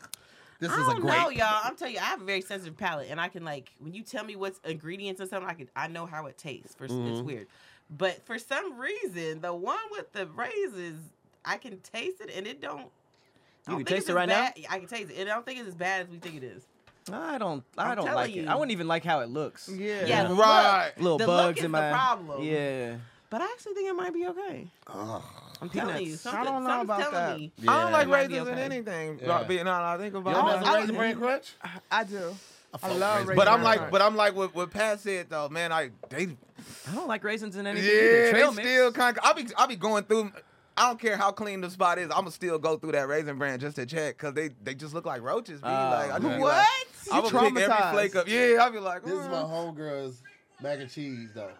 S1: this
S3: I
S1: is a
S3: don't
S1: great.
S3: know, y'all. I'm telling you, I have a very sensitive palate, and I can like when you tell me what's ingredients or something, I can I know how it tastes. For
S2: Mm-hmm.
S3: it's weird, but for some reason, the one with the raisins, I can taste it, and it don't. I
S2: You
S3: don't
S2: can
S3: think
S2: taste
S3: it's
S2: it
S3: as
S2: right now?
S3: bad. I can taste it, and I don't think it's as bad as we think it is.
S2: I don't. I
S3: I'm
S2: don't
S3: telling
S2: like it. I
S3: you.
S2: wouldn't even like how it looks.
S5: Yeah.
S3: Yeah, the
S4: Right.
S3: look-
S2: Little
S3: the look
S2: bugs
S3: is
S2: in
S3: the
S2: my
S3: problem.
S2: Yeah.
S3: But I actually think it might be okay. I'm telling you,
S2: Peanuts.
S3: something,
S5: I don't know
S3: something's
S5: about
S3: telling
S5: that.
S3: me.
S4: I don't like
S3: It might be
S4: raisins in
S3: okay.
S4: anything.
S1: Yeah.
S4: Being now that I think
S1: You
S4: about
S1: don't
S4: it.
S1: mess with raisin bread crunch?
S5: I do.
S1: fuck
S5: love
S1: with
S5: raisin
S4: But I'm
S5: bread
S4: like,
S5: crunch.
S4: but I'm like what, what Pat said though, man. I they, yeah,
S2: I don't like raisins in anything. either.
S4: they
S2: trail mix.
S4: still kind. Of, I'll be, I'll be going through. I don't care how clean the spot is. I'ma still go through that raisin brand just to check because they, they just look like roaches. B. like, I just be like-
S5: What?
S4: I would pick every
S5: traumatized.
S4: flake up. Yeah, I'll be like,
S1: This is my
S4: mm.
S1: homegirl's mac and cheese, though.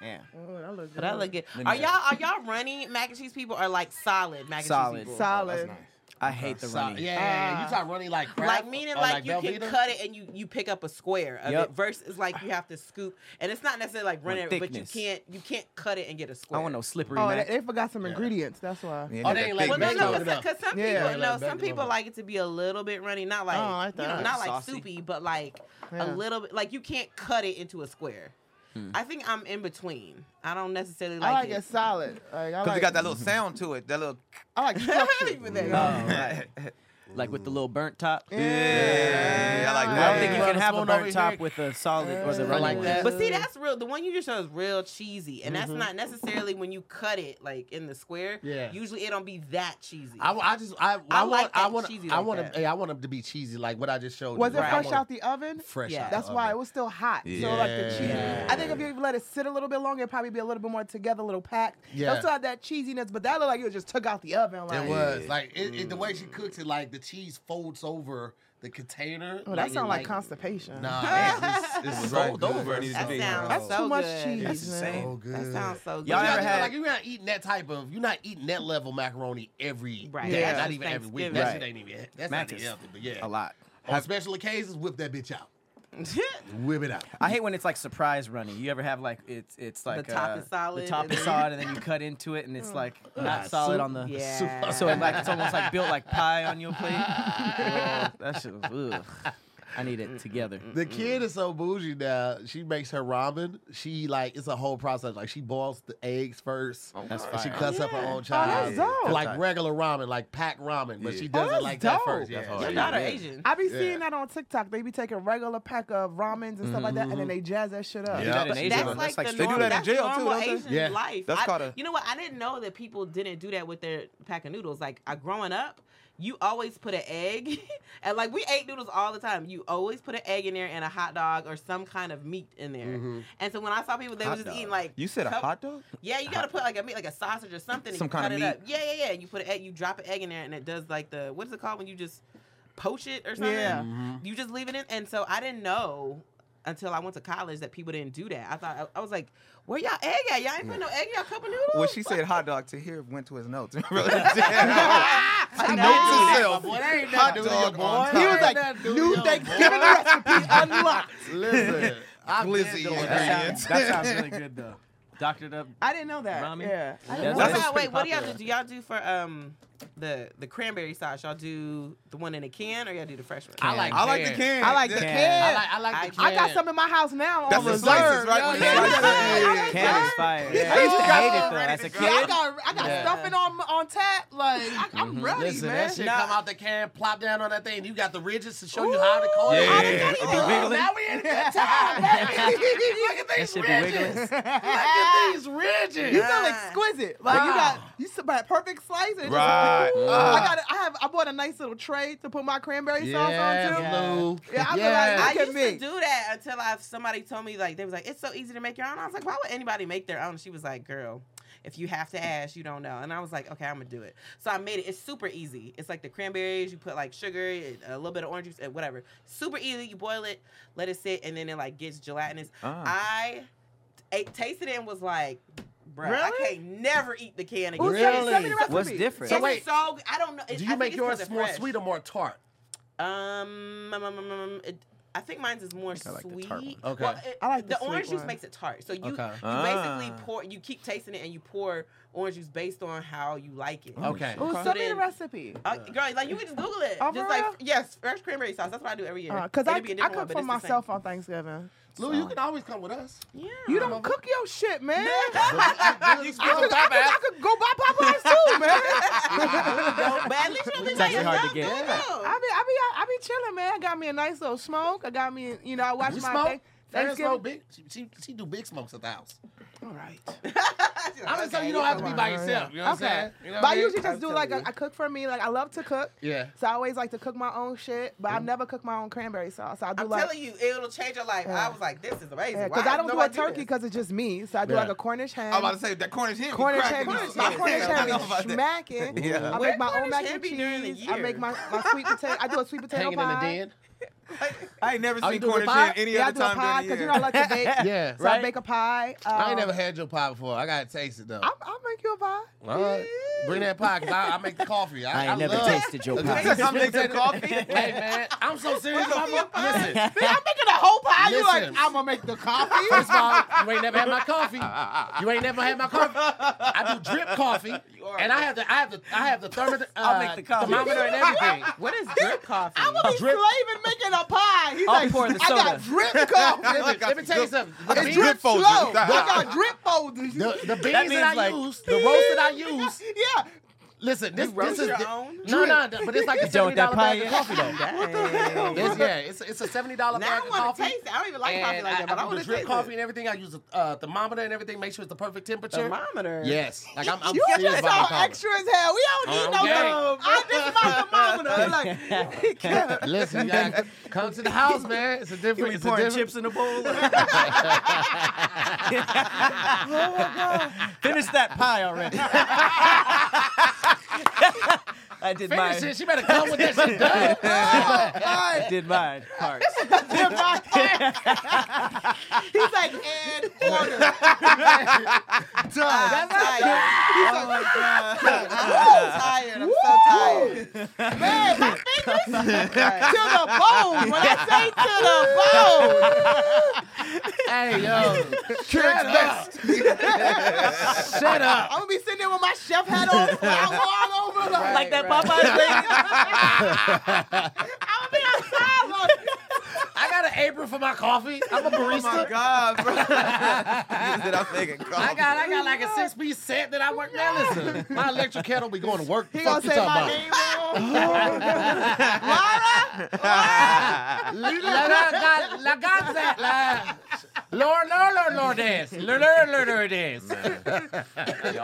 S2: Yeah.
S5: Oh, that looks
S3: But I look good. Are y'all are y'all running mac and cheese people or like solid mac and
S2: Solid.
S3: cheese people?
S5: solid.
S2: I hate the
S1: So, yeah,
S2: runny.
S1: yeah, yeah. You
S5: Ah.
S1: talk running like crap,
S3: Like meaning
S1: or
S3: like, you
S1: Velveeta?
S3: can cut it and you you pick up a square of
S2: Yep.
S3: it versus like you have to scoop and it's not necessarily like running,
S2: Want
S3: but you
S2: thickness.
S3: can't you can't cut it and get a
S2: I
S3: square.
S2: want no slippery
S5: Oh, they,
S2: mac.
S5: they forgot some ingredients. That's why.
S4: Yeah,
S1: Oh,
S4: got
S1: they
S4: that
S1: ain't like
S3: Well,
S4: thick
S3: no,
S1: Make
S4: mix
S1: it
S3: no,
S1: up.
S3: because some
S5: Yeah.
S3: people
S5: Like
S3: no,
S1: back
S3: some
S1: it
S3: people
S1: up.
S3: like it to be a little bit runny, not like,
S5: I don't like
S3: you know,
S5: that.
S3: not like
S2: Saucy.
S3: soupy, but like a
S5: Yeah.
S3: little bit. Like you can't cut it into a square. I think I'm in between. I don't necessarily like,
S5: I like
S3: it.
S5: it solid. Like, I
S4: because
S5: like,
S4: it got that little sound to it. That little.
S5: I like structure.
S3: Even that.
S2: Oh, right. like with the little burnt top.
S4: Yeah, I like
S5: I
S2: I don't think
S4: that.
S2: you can have a
S1: Smoke over
S2: burnt top
S1: here. Uh,
S2: with a solid or the
S5: Yeah.
S2: runny
S1: like
S2: one.
S1: that.
S3: But see, that's real. The one you just showed is real cheesy, and that's not necessarily when you cut it like in the square.
S1: Yeah.
S3: Usually it don't be that cheesy.
S1: I, I just I, I,
S3: I
S1: want
S3: like
S1: I
S3: that
S1: want
S3: cheesy
S1: I
S3: like
S1: want
S3: that.
S1: hey, I want them to be cheesy like what I just showed.
S5: Was it
S1: you. Like, I
S5: fresh
S1: wanna-
S5: out the oven?
S1: Fresh
S3: Yeah.
S1: out.
S5: That's
S1: the
S5: why it
S1: oven.
S5: was still hot. So like the cheese.
S1: Yeah.
S5: I think if you let it sit a little bit longer, it probably be a little bit more together, a little packed.
S1: Yeah.
S5: It still had that cheesiness, but that looked like it just took out the oven. Like,
S1: It was like it, it, the way
S2: Mm.
S1: she cooks it, like the cheese folds over the container.
S5: Oh, that
S1: it,
S5: sounds like constipation.
S1: Nah, it's, it's, it's
S4: right
S1: rolled
S4: good.
S1: over.
S4: It needs to
S3: that
S4: be.
S3: sounds
S5: That's
S3: so
S5: too much
S3: good.
S5: cheese,
S2: That's
S5: man.
S2: insane.
S1: so good.
S3: That sounds so good.
S2: Y'all
S1: But
S2: ever
S1: gotta
S2: had-
S1: think, like you're not eating that type of you're not eating that level macaroni every
S3: Right.
S1: day,
S5: Yeah.
S1: not even every week. That
S2: Right.
S1: shit ain't even that's
S2: Mac
S1: not even
S2: is
S1: healthy, but yeah.
S2: A lot.
S1: On special occasions, whip that bitch out. Whip it out.
S2: I hate when it's like surprise running. You ever have like it's it's like
S3: top
S2: uh,
S3: is solid
S2: The top
S3: and
S2: is
S3: then- Mm.
S2: solid, and then you cut into it, and it's like
S1: Ah,
S2: not solid
S1: soup.
S2: on the.
S3: yeah.
S2: So it, like it's almost like built like pie on your plate. Ugh, that shit was ugh. I I need it together.
S1: The kid is so bougie now. She makes her ramen. She like it's a whole process. Like she boils the eggs first.
S2: That's
S1: and she
S2: fire.
S1: cuts up her
S3: Yeah.
S1: own
S5: Oh,
S1: child.
S5: that's dope.
S1: Like regular ramen, like packed ramen, but
S6: Yeah.
S1: she
S5: Oh,
S1: does it
S5: that's
S1: like that
S5: dope.
S1: first.
S6: Yeah.
S1: That's
S6: Yeah.
S1: hard.
S3: Your daughter Asian.
S5: I be
S1: Yeah.
S5: seeing that on TikTok. They be taking regular pack of ramens and stuff like that, and then they jazz that shit up.
S2: Do that in Asia,
S3: That's
S2: though.
S3: like, the
S4: They do
S3: norm,
S4: that in
S3: that's
S4: jail, too,
S3: normal
S4: don't they?
S3: Asian
S1: Yeah.
S3: life.
S4: That's
S3: I-
S4: called a-
S3: You know what? I didn't know that people didn't do that with their pack of noodles. Like I, growing up, you always put an egg, and like we ate noodles all the time. You always put an egg in there and a hot dog or some kind of meat in there. And so when I saw people, they
S2: Hot
S3: was just
S2: dog.
S3: eating like
S4: Mm-hmm. You said a
S3: cup-
S4: hot dog?
S3: Yeah, you gotta put like a meat, like a sausage or something. and
S4: Some
S3: you
S4: kind
S3: cut
S4: of
S3: it Up. Yeah, yeah, yeah. You put an egg, you drop an egg in there, and it does like the what is it called when you just poach it or something?
S5: Yeah.
S2: Mm-hmm.
S3: You just leave it in, and so I didn't know until I went to college that people didn't do that. I thought I, I was like, where y'all egg at? Y'all ain't put no egg in y'all cup of noodles.
S4: When she said hot dog, to hear went to his notes. Really? Damn.
S3: Ah, I know.
S4: Note to
S1: That,
S4: self.
S1: my boy, that ain't
S4: Hot
S1: nothing to your
S4: dog on
S1: boy.
S4: top. He was
S1: Ain't
S5: like,
S1: nothing to
S5: new
S1: your
S5: Thanksgiving
S1: boy.
S5: recipe unlocked.
S1: Listen, I've been
S4: Glizzy
S1: doing that.
S4: and
S2: That
S4: ingredients.
S2: sounds, that sounds really good though. Doctored up.
S5: I didn't know that.
S2: Ramen?
S5: Yeah. I
S3: What
S2: That's-
S5: didn't know
S2: that's
S5: that.
S3: about
S2: pretty
S3: wait? What do y'all do?
S2: popular.
S3: Do y'all do for um the the cranberry sauce? Y'all do the one in a can, or y'all do the fresh one?
S1: I like
S4: I like the
S1: canned.
S4: can.
S5: I like the
S4: That-
S1: I
S5: can.
S1: like I like the
S5: I got
S1: canned.
S5: some in my house now on
S4: That's the
S5: reserve.
S4: slices, right?
S1: yo,
S4: When you
S1: yeah.
S4: slice it, yeah.
S5: Yeah. Can
S2: Can
S5: is
S2: is fire.
S1: Yeah.
S2: I used to
S5: Yeah.
S2: hate it though as a
S5: Yeah, I
S2: kid.
S5: got I got
S1: Yeah. Mm-hmm.
S5: stuffing on on tap. Like I, I'm ready,
S1: Listen,
S5: man.
S1: that shit
S5: Nah.
S1: come out the can, plop down on that thing, and you got the ridges to show you how to call it.
S4: Yeah.
S1: All the
S4: It'd
S1: goodies.
S4: be wiggling.
S1: Now we in a good time. baby. Look at
S2: That
S1: these
S2: should be wiggling.
S1: ridges. Look at these ridges.
S5: You feel exquisite. Like you got you s- by a perfect slice. And it's just like,
S4: Right.
S5: ooh.
S4: Ah.
S1: Uh.
S5: I got I have I bought a nice little tray to put my cranberry sauce on too.
S2: Yeah.
S1: Lou.
S5: Yeah, I be
S3: I
S5: like, Look at
S3: used
S5: me.
S3: to do that until I somebody told me like they was like it's so easy to make your own. I was like, why would anybody make their own? She was like, girl, if you have to ask, you don't know. And I was like, okay, I'm gonna do it. So I made it. It's super easy. It's like the cranberries. You put like sugar, and a little bit of orange juice, and whatever. Super easy. You boil it, let it sit, and then it like gets gelatinous.
S4: Ah.
S3: I ate, tasted it and was like, bro, I
S5: Really?
S3: can't never eat the can again.
S5: Ooh, tell me- tell me
S1: Really?
S5: the recipe.
S2: What's different?
S1: So
S3: It's
S1: wait.
S3: so I don't know. It-
S1: Do you
S3: I think
S1: make
S3: it's 'cause
S1: yours
S3: it's
S1: more
S3: fresh.
S1: sweet or more tart?
S3: Um, um, um, um, um, it, I think mine's is more
S4: I like the
S3: sweet.
S4: tart
S1: one. Okay.
S3: Well, it-
S5: I like
S3: the,
S5: the sweet
S3: orange juice
S5: one.
S3: makes it tart. So you, you
S1: Okay.
S4: Ah.
S3: basically pour, you keep tasting it, and you pour orange juice based on how you like it.
S1: Okay.
S5: Ooh,
S3: Okay.
S5: send me
S3: Put
S5: the
S3: in-
S5: recipe.
S3: Uh, girl, like you can just Google it.
S5: Oh, for
S3: just like
S5: real?
S3: yes, fresh cranberry sauce. That's what I do every year.
S5: Because
S3: It'll
S5: Uh, I,
S3: be a
S5: I
S3: different one,
S5: cook
S3: but
S5: for
S3: it's the same.
S5: myself on Thanksgiving.
S1: Lou, you can always come with us.
S3: Yeah.
S5: You don't cook your shit, man.
S1: you
S5: I could, I, could, I could go buy Popeyes too, man.
S3: but at least you don't be
S2: It's actually
S3: by
S2: hard to
S3: yourself,
S2: get.
S3: girl.
S5: I be, I be, I be chilling, man. I got me a nice little smoke. I got me, you know, I watch
S1: we
S5: my
S1: smoke.
S5: thing-
S1: Fran
S5: Thanksgiving.
S1: smoke big. She, she, she do big smokes at the house.
S5: All right.
S1: I'm just saying you don't have to be by yourself. You know what I'm
S5: Okay.
S1: saying? You know what
S5: but I
S1: I mean?
S5: usually just do like a, I cook for me. Like I love to cook.
S1: Yeah.
S5: So I always like to cook my own shit, but I've never cooked my own cranberry sauce. I do
S3: I'm
S5: like
S3: telling you, it'll change your life. I was like, this is amazing.
S5: because
S3: Why
S5: I don't do a
S3: nobody
S5: turkey
S3: this?
S5: because it's just me. So I do
S1: Yeah.
S5: like a Cornish ham.
S4: I'm about to say that Cornish ham. be
S5: Cornish
S4: cracking
S5: ham,
S4: up.
S3: Cornish
S5: my
S3: ham.
S5: Cornish
S4: I
S5: ham
S4: know
S5: is
S4: about that.
S5: smacking.
S4: Yeah.
S5: I
S3: Where
S5: make my own
S3: Cornish
S5: mac
S3: ham
S5: and
S3: be during the
S5: cheese. I make
S3: year?
S5: my, my sweet potato. I do a sweet potato
S1: Hanging in the
S5: pie.
S1: den.
S4: I ain't never
S1: Oh, you
S4: seen
S1: do the
S4: Cornish
S1: pie?
S4: ham any
S5: Yeah, I
S4: other
S5: do a
S4: time
S5: pie
S4: during the
S5: because you
S4: year.
S5: know I like to bake.
S1: Yeah,
S5: so I
S1: right?
S5: bake a pie.
S1: I ain't
S5: um,
S1: never had your pie before. I gotta taste it though.
S5: I'll, I'll make you a pie.
S1: All right. Bring that pie, cause I, I make the coffee. I,
S2: I ain't never
S1: love-
S2: tasted your pie.
S4: I make the coffee?
S1: Hey man, I'm so serious. mama. Listen,
S5: See, I'm making a whole pie. You like,
S1: Listen.
S5: I'm gonna make the coffee.
S1: First of all, you ain't never had my coffee. You ain't never had my coffee. I do drip coffee, and I have the I have the I have the thermometer, uh,
S2: I'll make the coffee.
S1: thermometer and everything.
S2: What is drip coffee?
S5: I'm gonna be
S1: Drip.
S5: slaving making a pie. He's
S2: I'll
S5: like,
S2: pour the
S5: I got
S2: soda."
S5: drip coffee.
S1: Let me, let me tell you something. The
S4: got
S1: beans-
S4: drip
S5: Slow.
S4: folders.
S5: I got drip folders.
S1: the, the beans
S2: That
S1: that,
S2: means
S1: I
S2: like-
S1: use, the roast that I use.
S5: yeah.
S1: Listen, this
S3: roast
S1: this is
S3: your
S1: the-
S3: own?
S1: no no, no, but it's like a
S2: You done
S1: seventy
S2: with that
S1: dollar
S2: pie
S1: bag of
S2: yet?
S1: coffee though.
S3: Dang.
S1: It's, yeah, it's it's a seventy dollar
S3: Now
S1: bag
S3: I
S1: of
S3: want
S1: coffee.
S3: to taste it. I don't even like
S1: and
S3: coffee like
S1: I-
S3: that, but I,
S1: I, do
S3: want
S1: the
S3: to
S1: drip
S3: taste
S1: coffee
S3: it.
S1: and everything. I use a uh, thermometer and everything. Make sure it's the perfect temperature.
S3: Thermometer.
S1: Yes, like I'm, I'm
S5: You
S1: serious
S5: just
S1: about
S5: all
S1: the coffee.
S5: extra as hell. We don't need no
S1: Okay.
S5: thing. I this is my thermometer. Like,
S1: Listen, you gotta come to the house, man. It's a different.
S2: we
S1: It's a
S2: pouring
S1: different.
S2: chips in a bowl. Finish that pie already. I did
S1: Finish
S2: my
S1: it. She better come with that shit done. Oh,
S2: I did my part.
S5: he's like, and order.
S3: I'm tired.
S4: Oh my God.
S3: I'm tired. I'm so
S1: Oh,
S3: tired.
S5: Man, my fingers to the bone. When I say to the bone.
S1: hey, yo,
S4: Shut up.
S1: shut up.
S5: I'm gonna be sitting there with my chef hat on for an hour all over like,
S2: Like that
S3: right.
S2: Popeye thing.
S5: I'm gonna be outside like
S1: I got an apron for my coffee. I'm a barista.
S4: Oh my God, bro. Niggas that I'm making
S1: I
S4: coffee.
S1: got I got like a six
S5: Oh
S1: piece set that I work medicine. My electric kettle be going to work.
S5: He
S1: Fuck
S5: gonna
S1: you
S5: say my
S1: talking
S5: name wrong.
S1: about? La- la- la- la- ganza, la- Lord, Lord, Lord, Lordes. Lord, Lord, Lord, Lordes.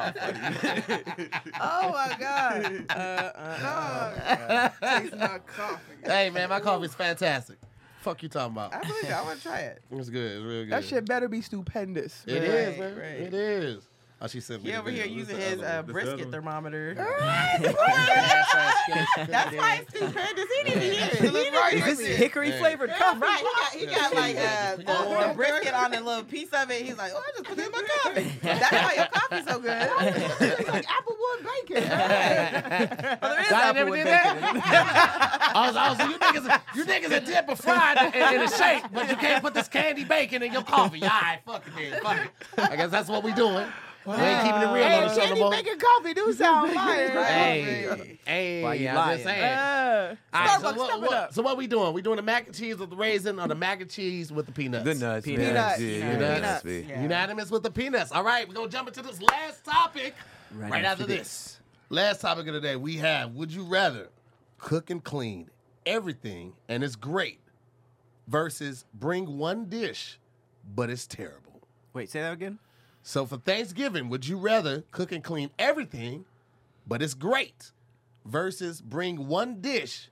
S5: Oh my god.
S3: Uh, uh,
S5: Taste my coffee.
S1: Hey man, my coffee's fantastic. Fuck you talking about?
S3: I believe it. I want to try it.
S1: It's good. It's real good.
S5: That shit better be stupendous.
S1: It
S5: man.
S1: is,
S3: Right,
S1: man.
S3: right.
S1: It is. Oh, she sent me.
S3: He
S1: the
S3: over here
S1: video.
S3: using
S1: This
S3: his
S1: the other one.
S3: uh, brisket thermometer.
S1: That's
S3: That's why it's stupendous. He didn't even
S4: It
S3: hear
S4: look right.
S2: This is hickory flavored
S3: Girl,
S2: coffee.
S3: right, he got, he got
S1: Yeah.
S3: like uh, the, the brisket on a little piece of it. He's like, oh, I just put it in my coffee. That's why your coffee's so good.
S5: It's like Applewood bacon. Right?
S3: Well, there is
S1: I
S3: apple
S1: never
S3: with
S1: did
S3: bacon.
S1: that. I was, I was, you niggas, you niggas are dip or fried in, in a shake, but you can't put this candy bacon in your coffee. All right, fuck it, then. Fuck it. I guess that's what we doing. We ain't keeping it real
S5: Hey,
S1: on the
S5: Shandy
S1: Bowl.
S5: making coffee do sound fire.
S3: Right.
S1: Hey, hey,
S2: Why you
S1: I'm just
S2: lying?
S1: saying.
S5: Uh,
S1: All right, so,
S5: Starbucks,
S1: what,
S5: step it
S1: what-
S5: up.
S1: so what we doing? We doing the mac and cheese with the raisin or the mac and cheese with the peanuts?
S4: The nuts,
S2: Peanuts.
S4: man.
S5: Peanuts.
S4: Yeah,
S1: Peanuts.
S4: yeah, nuts, man.
S3: Yeah.
S1: Unanimous with the peanuts. All right, we're gonna jump into this last topic right, after, this. Last topic of the day, we have would you rather cook and clean everything and it's great versus bring one dish but it's terrible.
S2: Wait, say that again.
S1: So for Thanksgiving, would you rather cook and clean everything but it's great versus bring one dish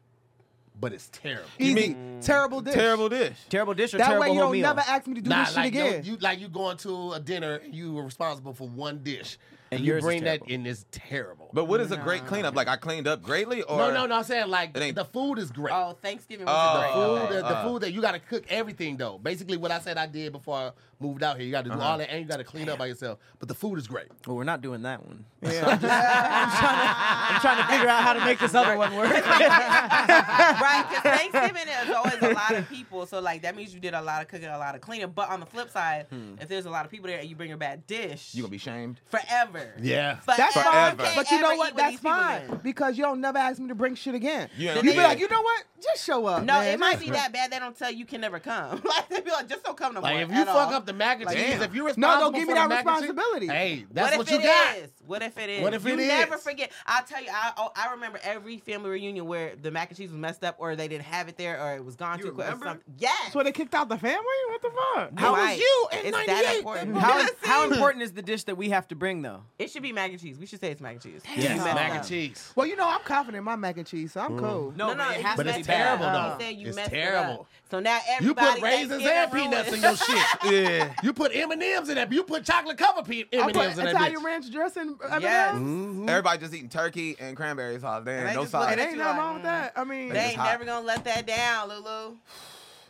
S1: but it's terrible?
S5: easy. terrible dish.
S4: Terrible dish.
S2: Terrible dish or
S5: That
S2: terrible
S5: way you
S2: whole
S5: don't
S2: meal?
S5: never ask me to do
S1: Nah,
S5: this shit
S1: like yo-
S5: again.
S1: you like you going to a dinner and you were responsible for one dish
S2: And
S1: you
S2: yours is
S1: bring that
S2: terrible.
S1: in it's terrible.
S4: But what is a great cleanup? Like I cleaned up greatly, or
S1: no, no, no. I'm saying like
S4: It ain't-
S1: the food is great.
S3: Oh, Thanksgiving
S4: Oh.
S1: the
S3: was
S1: food,
S3: a great
S1: the, the
S4: uh.
S1: food that you got to cook everything though. Basically, what I said I did before I moved out here. You got to do all that and you got to clean up by yourself. But the food is great.
S2: Well, we're not doing that one. So I'm, just, I'm, trying to, I'm trying to figure out how to make this other one work.
S3: right, because Thanksgiving is always a lot of people, so like that means you did a lot of cooking, a lot of cleaning. But on the flip side, if there's a lot of people there and you bring a bad dish,
S4: you gonna be shamed.
S3: Mm-hmm. forever.
S1: Yeah.
S3: Forever.
S5: That's
S4: Forever.
S5: fine.
S3: Can't
S5: But you
S3: ever
S5: know
S3: eat
S5: what?
S3: with
S5: That's
S3: these people
S5: fine.
S3: again.
S5: Because you don't never ask me to bring shit again.
S4: You
S5: You
S4: ain't
S5: be
S4: yeah.
S5: like, you know what? Just show up.
S3: No,
S5: man.
S3: it might
S5: That's
S3: be that bad. They don't tell you you can never come. Like they be like, just don't come no
S1: Like
S3: more.
S1: if you
S3: at
S1: fuck
S3: all.
S1: up the mac and
S3: Like,
S1: cheese,
S4: damn.
S1: if you
S5: No,
S1: responsible
S5: don't give me
S1: for the
S5: that
S1: mac and cheese-
S5: responsibility.
S1: Hey, that's
S3: what
S1: what,
S3: if
S1: you
S3: it is?
S1: got.
S3: What if it is?
S1: What if
S3: you
S1: it is?
S3: never forget. I'll tell you. I oh, I remember every family reunion where the mac and cheese was messed up, or they didn't have it there, or it was gone too quick. Or
S4: remember?
S3: something. Yes.
S5: So they kicked out the family? What the fuck?
S3: How was you
S1: in
S3: it's
S1: 98?
S3: That important.
S2: Mm-hmm. How, how important is the dish that we have to bring though?
S3: it should be mac and cheese. We should say it's mac and cheese.
S1: Yes,
S3: You messed
S1: mac and
S3: up.
S1: cheese.
S5: Well, you know, I'm confident in my mac and cheese, so I'm cool.
S3: No, no,
S2: but it has
S1: But
S2: to
S1: it's
S2: be
S3: messed
S2: bad.
S1: terrible,
S3: up.
S1: though.
S3: You Uh, said you
S1: It's
S3: messed it
S1: terrible.
S3: up. So now
S1: You
S3: everybody
S1: put raisins and
S3: that kid
S1: peanuts in
S3: ruined.
S1: your shit.
S4: Yeah.
S1: You put M and M's in that. You put chocolate covered M
S5: I
S1: and
S5: put
S1: M's in that
S5: Italian
S1: bitch. Mm-hmm.
S5: ranch dressing.
S3: Yes.
S1: Mm.
S5: M&Ms.
S4: Everybody just eating turkey and cranberry sauce. Damn,
S3: they
S4: no
S3: just look
S5: It
S4: side.
S3: at
S5: ain't nothing wrong with that. I mean,
S3: They
S4: It's
S3: ain't
S4: hot.
S3: never gonna let that down,
S1: Oh,
S3: Lulu.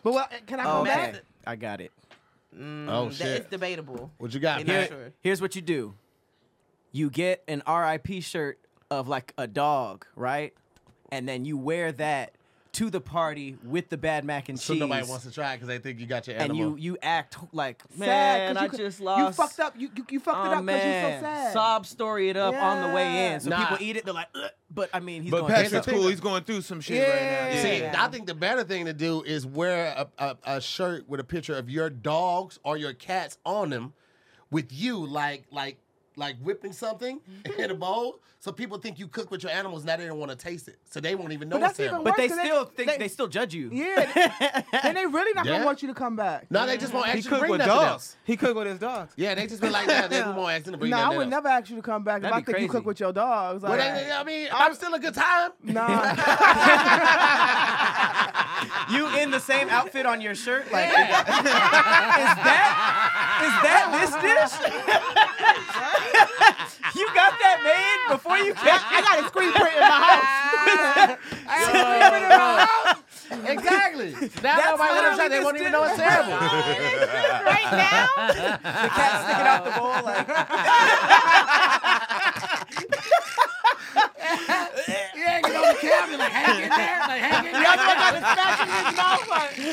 S5: but what, can I
S3: Oh,
S5: go
S2: okay,
S5: back?
S2: I got it.
S3: Mm,
S1: Oh,
S3: that-
S1: shit.
S3: It's debatable.
S1: What you got?
S3: They
S1: man?
S3: not sure.
S2: Here's what you do. You get an RIP shirt of like a dog, right? And then you wear that to the party with the bad mac and cheese.
S1: So nobody wants to try because they think you got your
S2: and
S1: animal.
S2: you you act like
S5: Sad, 'cause
S2: man,
S5: you
S2: I
S5: could-
S2: just lost.
S5: You fucked up. You, you, you fucked it
S2: Oh,
S5: up because you're
S2: man.
S5: so sad.
S2: Sob story it up on the way
S5: Yeah.
S2: in. So
S1: Nah.
S2: people eat it, they're like, Ugh. but I mean, he's
S4: But
S2: going
S4: Patrick's
S2: to
S4: cool. He's going through some shit right now.
S5: Yeah.
S1: See,
S3: Yeah.
S1: I think the better thing to do is wear a, a, a shirt with a picture of your dogs or your cats on them, with you like like like whipping something in a bowl, so people think you cook with your animals. Now they don't want to taste it, so they won't even know
S5: But
S1: it's
S5: that's
S1: terrible.
S5: even
S2: But they
S5: Worse 'cause they-
S2: still think
S5: they-
S2: they, still judge you.
S5: Yeah. then they really not
S1: Yeah.
S5: gonna want you to come back.
S1: Now they just won't
S4: He
S1: actually
S4: cooked
S1: bring
S4: with
S1: nothing
S4: dogs.
S1: else.
S4: He cooked with his dogs.
S1: Yeah, they just been like that. They won't ask them to bring
S5: No, I
S1: nothing
S5: would
S1: else.
S5: never ask you to come back if
S2: That'd
S5: I
S2: be
S5: think you cook
S2: crazy.
S5: with your dogs.
S1: Well,
S5: Like,
S1: they- I mean, I'm still a good time.
S5: nah.
S2: You in the same outfit on your shirt? Like, is that is that this dish? you got that made before you came?
S5: I got a screen print in my house.
S1: exactly. Now nobody
S2: why
S1: want to try.
S2: we
S1: They
S2: just
S1: won't even
S2: did-
S1: know it's terrible.
S3: right now,
S2: The cat sticking out the bowl. Like,
S1: Yeah, get on the cabinet, like hang in there, like hang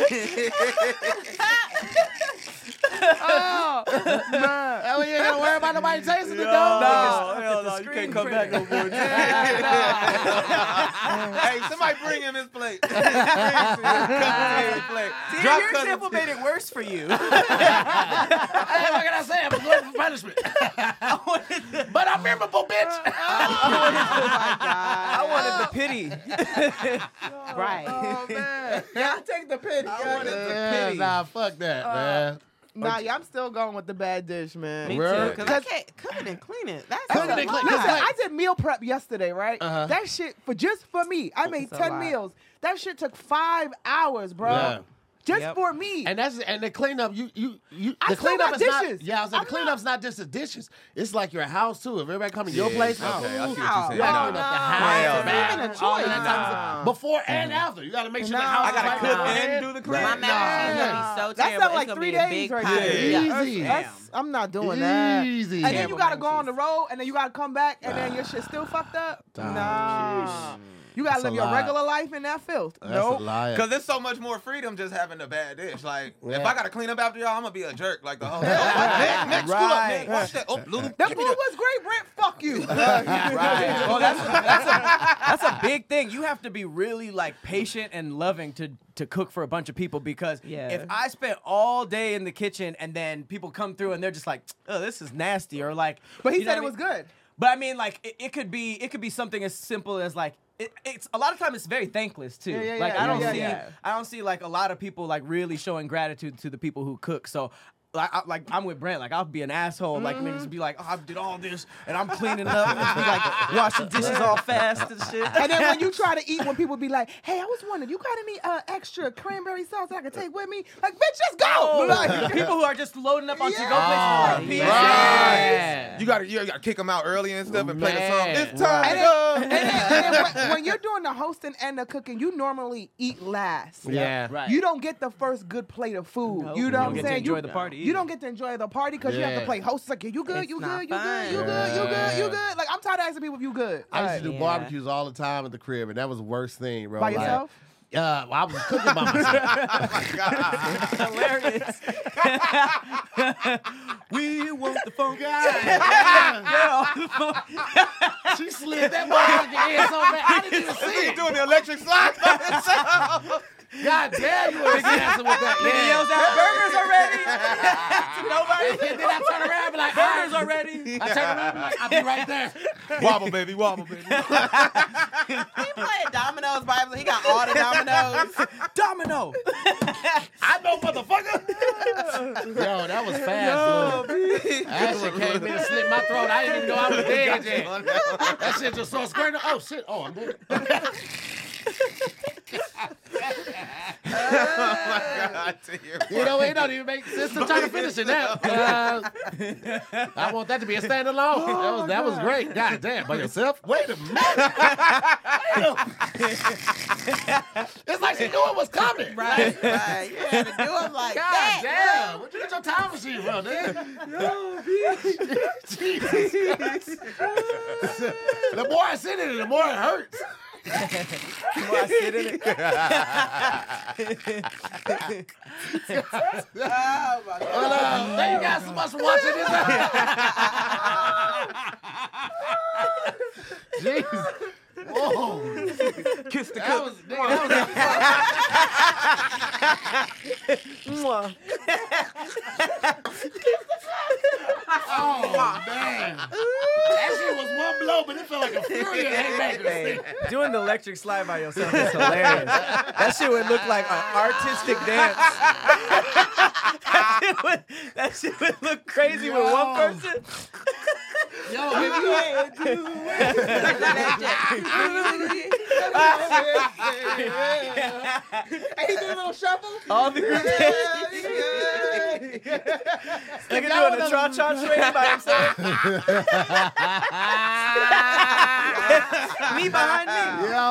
S1: in there.
S5: Oh, man.
S1: Hell yeah, don't worry about nobody tasting it though.
S2: no,
S1: Niggas-
S2: hell no, you can't didn't
S4: screen
S2: come back no more.
S4: hey, somebody bring him his plate. Bring him his plate. Drop
S2: Your
S4: cousin
S2: example made it worse for you.
S1: Hey, what can I say? I'm going for punishment. but I'm memorable,
S5: Uh,
S1: bitch.
S2: I wanted the pity.
S5: oh,
S3: Right.
S5: Yeah, I take the pity. Yeah, I take-
S1: Yeah, nah, fuck that,
S5: Uh,
S1: man.
S5: Nah, yeah, I'm still going with the bad dish, man.
S3: Me
S1: Word.
S3: too. Because I can't cook it and clean it. That's
S1: Cook it
S3: a
S1: and
S3: lot.
S1: clean-
S5: Listen,
S1: Right.
S5: I did meal prep yesterday, right?
S1: Uh-huh.
S5: That shit for just for me. I made
S3: It's a
S5: ten
S3: lot.
S5: meals. That shit took five hours, bro.
S1: Yeah.
S5: Just
S2: Yep.
S5: for me.
S1: And that's and the cleanup. You you you.
S5: I
S1: the
S5: still
S1: cleanup
S5: got
S1: is
S5: dishes.
S1: Not, yeah, I was like,
S5: I'm
S1: the cleanup's not just the dishes. It's like your house too. If everybody come to your place,
S4: Okay, I see what
S1: ooh,
S4: you're
S3: Oh,
S4: saying.
S1: Yeah, clean
S4: Nah.
S1: up the
S3: no.
S1: house,
S4: Hell
S1: man.
S3: no. It's even a
S1: All of that
S3: choice.
S1: type of stuff. Before and after, you got to make sure the
S5: Mm-hmm. Nah.
S1: house.
S5: I gotta
S1: is right
S5: cook
S1: now.
S4: and do the cleaning.
S3: My
S4: Nah.
S3: macaroni and cheese is so
S5: That
S3: terrible.
S5: sounds like
S3: it's
S5: three
S3: gonna be
S5: days
S3: a big
S5: right
S3: pile.
S5: there.
S1: Yeah.
S5: Yeah,
S1: Easy.
S5: that's- that's- I'm not doing that.
S1: Easy.
S5: And then you
S3: Terrible
S5: gotta go
S3: mac
S5: on
S3: and
S5: the road, and then you gotta come back, and then your shit still fucked up. Nah, you gotta
S1: That's a
S5: live your
S1: lot.
S5: regular life in that filth.
S1: That's
S5: nope.
S1: a liar.
S4: Cause there's so much more freedom just having a bad dish. Like
S1: Yeah.
S4: if I gotta clean up after y'all, I'm gonna be a jerk. Like the whole. Next, next, screw up,
S2: Right.
S4: Nick. Watch that. Oh, Lulu.
S5: That food was great, Brent. Fuck you.
S2: Right. Well, Oh, that's, that's, a, that's a big thing. You have to be really like patient and loving to to cook for a bunch of people because
S3: Yeah.
S2: if I spent all day in the kitchen and then people come through and they're just like, "Oh, this is nasty," or like,
S5: But he
S2: you know
S5: said it
S2: what I
S5: was
S2: mean?
S5: good.
S2: But I mean, like, it, it could be it could be something as simple as like. It, it's a lot of time. It's very thankless too.
S5: yeah,
S2: like
S5: yeah,
S2: I don't
S5: yeah,
S2: see,
S5: yeah.
S2: I don't see like a lot of people like really showing gratitude to the people who cook. So, like, I, like I'm with Brent. Like I'll be an asshole. Like niggas be like, oh, I did all this and I'm cleaning up and be like washing dishes all fast and shit.
S5: And then when you try to eat, when people be like, "Hey, I was wondering, you got any uh, extra cranberry sauce I could take with me?" Like, bitch, just go.
S2: Oh, the
S5: Like,
S2: people who are just loading up on
S5: Yeah.
S2: to-go places.
S3: Yeah.
S4: Right. You gotta, you gotta kick them out early and stuff and play the song.
S1: Man.
S4: It's time
S5: And
S4: to go.
S5: and then, and then when, when you're doing the hosting and the cooking, you normally eat last.
S1: Yeah.
S2: Right.
S5: You don't get the first good plate of food.
S3: No.
S5: You
S3: You
S5: know
S3: don't
S5: what I'm
S2: get to
S5: saying?
S2: enjoy
S5: you,
S2: the party
S5: You
S2: either.
S5: don't get to enjoy the party because you have
S1: Yeah.
S5: to play host. Like, you good?
S3: It's
S5: You
S3: not
S5: good? You good?
S3: fun.
S5: You good? You good? You
S1: Yeah.
S5: good? Like, I'm tired of asking people if you good.
S1: I used
S5: Like,
S1: to do
S3: Yeah.
S1: barbecues all the time at the crib, and that was the worst thing, bro.
S5: by
S1: Like,
S5: yourself.
S1: Uh, well, I was cooking by myself.
S2: Hilarious. we want the phone
S1: she slid that motherfucker in so bad. I didn't even see
S4: You
S1: it.
S4: doing the electric slide?
S1: God damn, you were dancing with that.
S2: Nigga yells
S1: Yeah.
S2: out, burgers are ready.
S1: And then I turn around and be like,
S2: Burgers
S1: all
S2: are
S1: right.
S2: ready.
S1: I turn around and be like, I'll be right there.
S4: wobble, baby, wobble, baby.
S3: He played dominoes by himself. He got all the dominoes.
S2: Domino.
S1: I know, motherfucker. Yo, that was fast. dude. that shit came in and slit my throat. I didn't even know I was dead yet.
S4: Oh,
S1: That shit just so square. Oh, shit. Oh, I'm dead. You know, it don't even make sense to try to finish it now. Uh, I want that to be a standalone. that was, that was great. Oh, God damn, by yourself? Wait a minute. it's like she knew it was coming.
S3: right, right. You had to do them like
S1: God
S3: that.
S1: damn. Where'd you get your time machine from, nigga? Yo, bitch. Jesus Christ. the more I sit in it, the more it hurts.
S2: I sit in it.
S3: Oh my god.
S1: But, uh, thank you guys so much for watching this. Jeez. Whoa.
S4: Kiss the
S1: That was, nigga, that was
S5: Mwah.
S1: Oh, man. That shit was one blow, but it felt like a fury of haymakers.
S2: Doing the electric slide by yourself is hilarious. That shit would look like an artistic dance. that, shit would, that shit would look crazy with
S1: Yo.
S2: one person.
S1: Yo, if you
S5: And he did a little shuffle.
S2: All the group Nigga doing the cha cha train by himself. me behind me.
S1: Yo.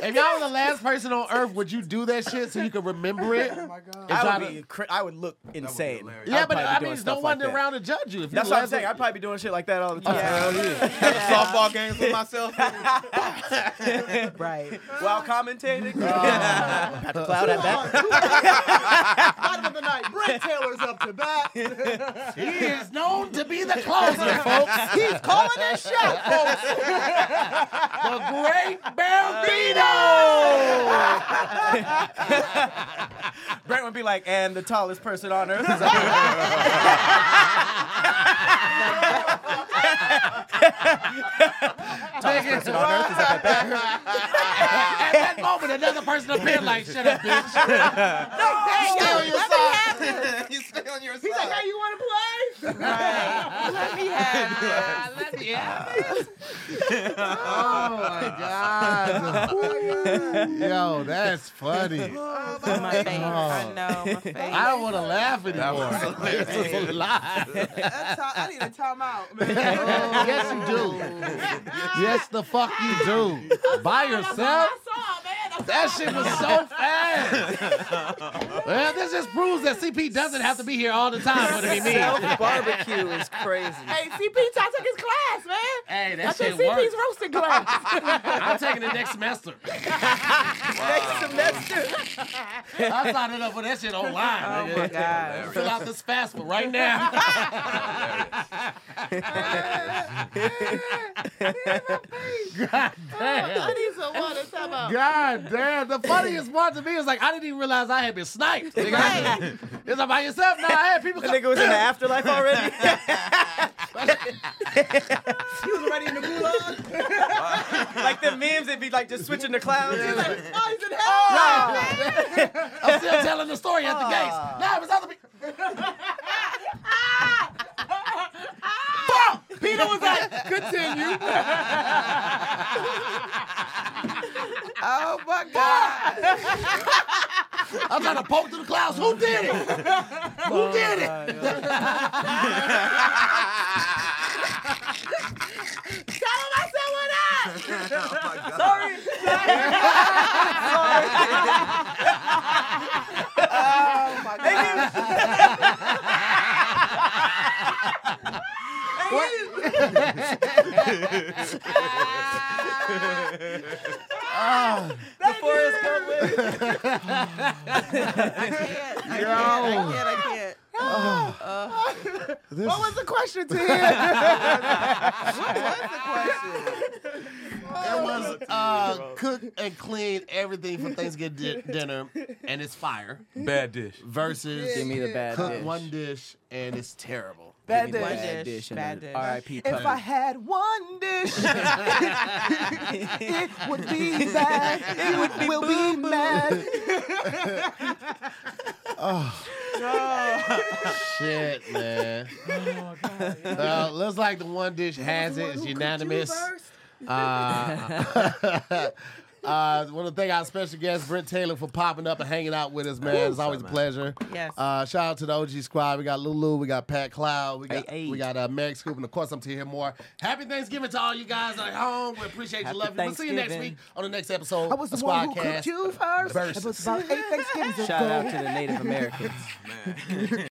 S1: If y'all were the last person on earth, would you do that shit so you could remember it?
S5: Oh my god.
S1: It's
S2: I
S1: out
S2: would,
S1: of-
S2: be, cra- I would look insane.
S4: hilarious.
S1: yeah,
S2: I'd
S1: but
S2: probably be
S1: I
S2: doing
S1: mean, there's
S2: stuff
S1: no one
S2: like that.
S1: around to judge you. If you
S2: That's
S1: the
S2: what I'm
S1: last
S2: saying. I'd
S1: one-
S2: probably be doing shit like that all the time.
S4: softball games with myself.
S5: Right.
S2: While commentating. Patrick Cloud at that.
S5: Bottom of the night. Brett Taylor's up to bat.
S1: He is known to be the closer, folks.
S5: He's calling that shot, folks.
S1: The great Bambino.
S2: Brent would be like, and the tallest person on earth is up.
S1: Tallest person on earth is at that moment, another person appeared like, "Shut up, bitch."
S4: Still yourself. You still on yourself.
S5: Hey, you want to play?
S3: Let me have it. Let me have it.
S1: Oh my god. Yo, that's funny.
S3: My face. I
S1: God.
S3: know. My face.
S1: I don't want to laugh
S4: was
S1: anymore.
S4: hilarious.
S1: This is a lie.
S5: That's how, I need a timeout, man.
S1: Oh, yes, you do. Yes, the fuck you do. By yourself? That shit was so fast. Well, this just proves that CP doesn't have to be here all the time for it to be me.
S2: barbecue is crazy.
S3: Hey, CP, y'all took his class, man.
S1: Hey, that
S3: That's your
S1: shit
S3: CP's
S1: worked.
S3: roasted class.
S1: I'm taking it next semester.
S2: Next semester.
S1: I signed up for that shit online.
S3: oh
S1: nigga.
S3: my god.
S1: Fill out this FAFSA right now. God damn. God damn. The funniest part to me is like, I didn't even realize I had been sniped. Nigga. Is I by yourself? No, I had people.
S2: The
S1: Come.
S2: nigga was in the afterlife already.
S5: He was already in the gulag.
S2: like the memes, it'd be like just switching the clowns. He's like,
S5: Oh, he's in hell.
S1: I'm still telling the story at the gates. No, it was other people. Ah.
S5: Peter was like, continue.
S3: Oh my god.
S1: I'm trying to poke through the clouds. Who did it? Who did it?
S5: Oh my god.
S2: the forest come with.
S3: I can't. I can't. I can't.
S5: What was the question to him?
S1: Oh, It was uh, cook and clean everything for Thanksgiving di- dinner, and it's fire.
S4: Bad dish.
S1: Versus
S2: Give me the bad
S1: cook
S2: dish.
S1: one dish and it's terrible.
S5: Bad
S2: Give me the Bad dish.
S5: dish.
S2: and
S3: Bad
S2: then
S3: dish.
S2: R.I.P.
S5: If I had one dish, it would be bad. It would be, will be mad.
S1: Shit, man. Oh, Uh, looks like the one dish has it. It's unanimous. Uh, uh, want to thank our special guest Brent Taylor for popping up and hanging out with us, man. It's always a pleasure.
S3: Yes.
S1: Uh, shout out to the OG squad. We got Lulu, we got Pat Cloud, we got
S2: Hey, hey.
S1: we got uh, Meg Scoop, and of course I'm to hear more. Happy Thanksgiving to all you guys at home. We appreciate you,
S2: Happy
S1: love you. We'll see you next
S2: Thanksgiving.
S1: week on the next episode.
S5: I was the
S1: of
S5: one who
S1: Squadcast.
S5: cooked you first. It was
S1: Versus.
S5: about eight Thanksgivings ago.
S2: Shout out to the Native Americans.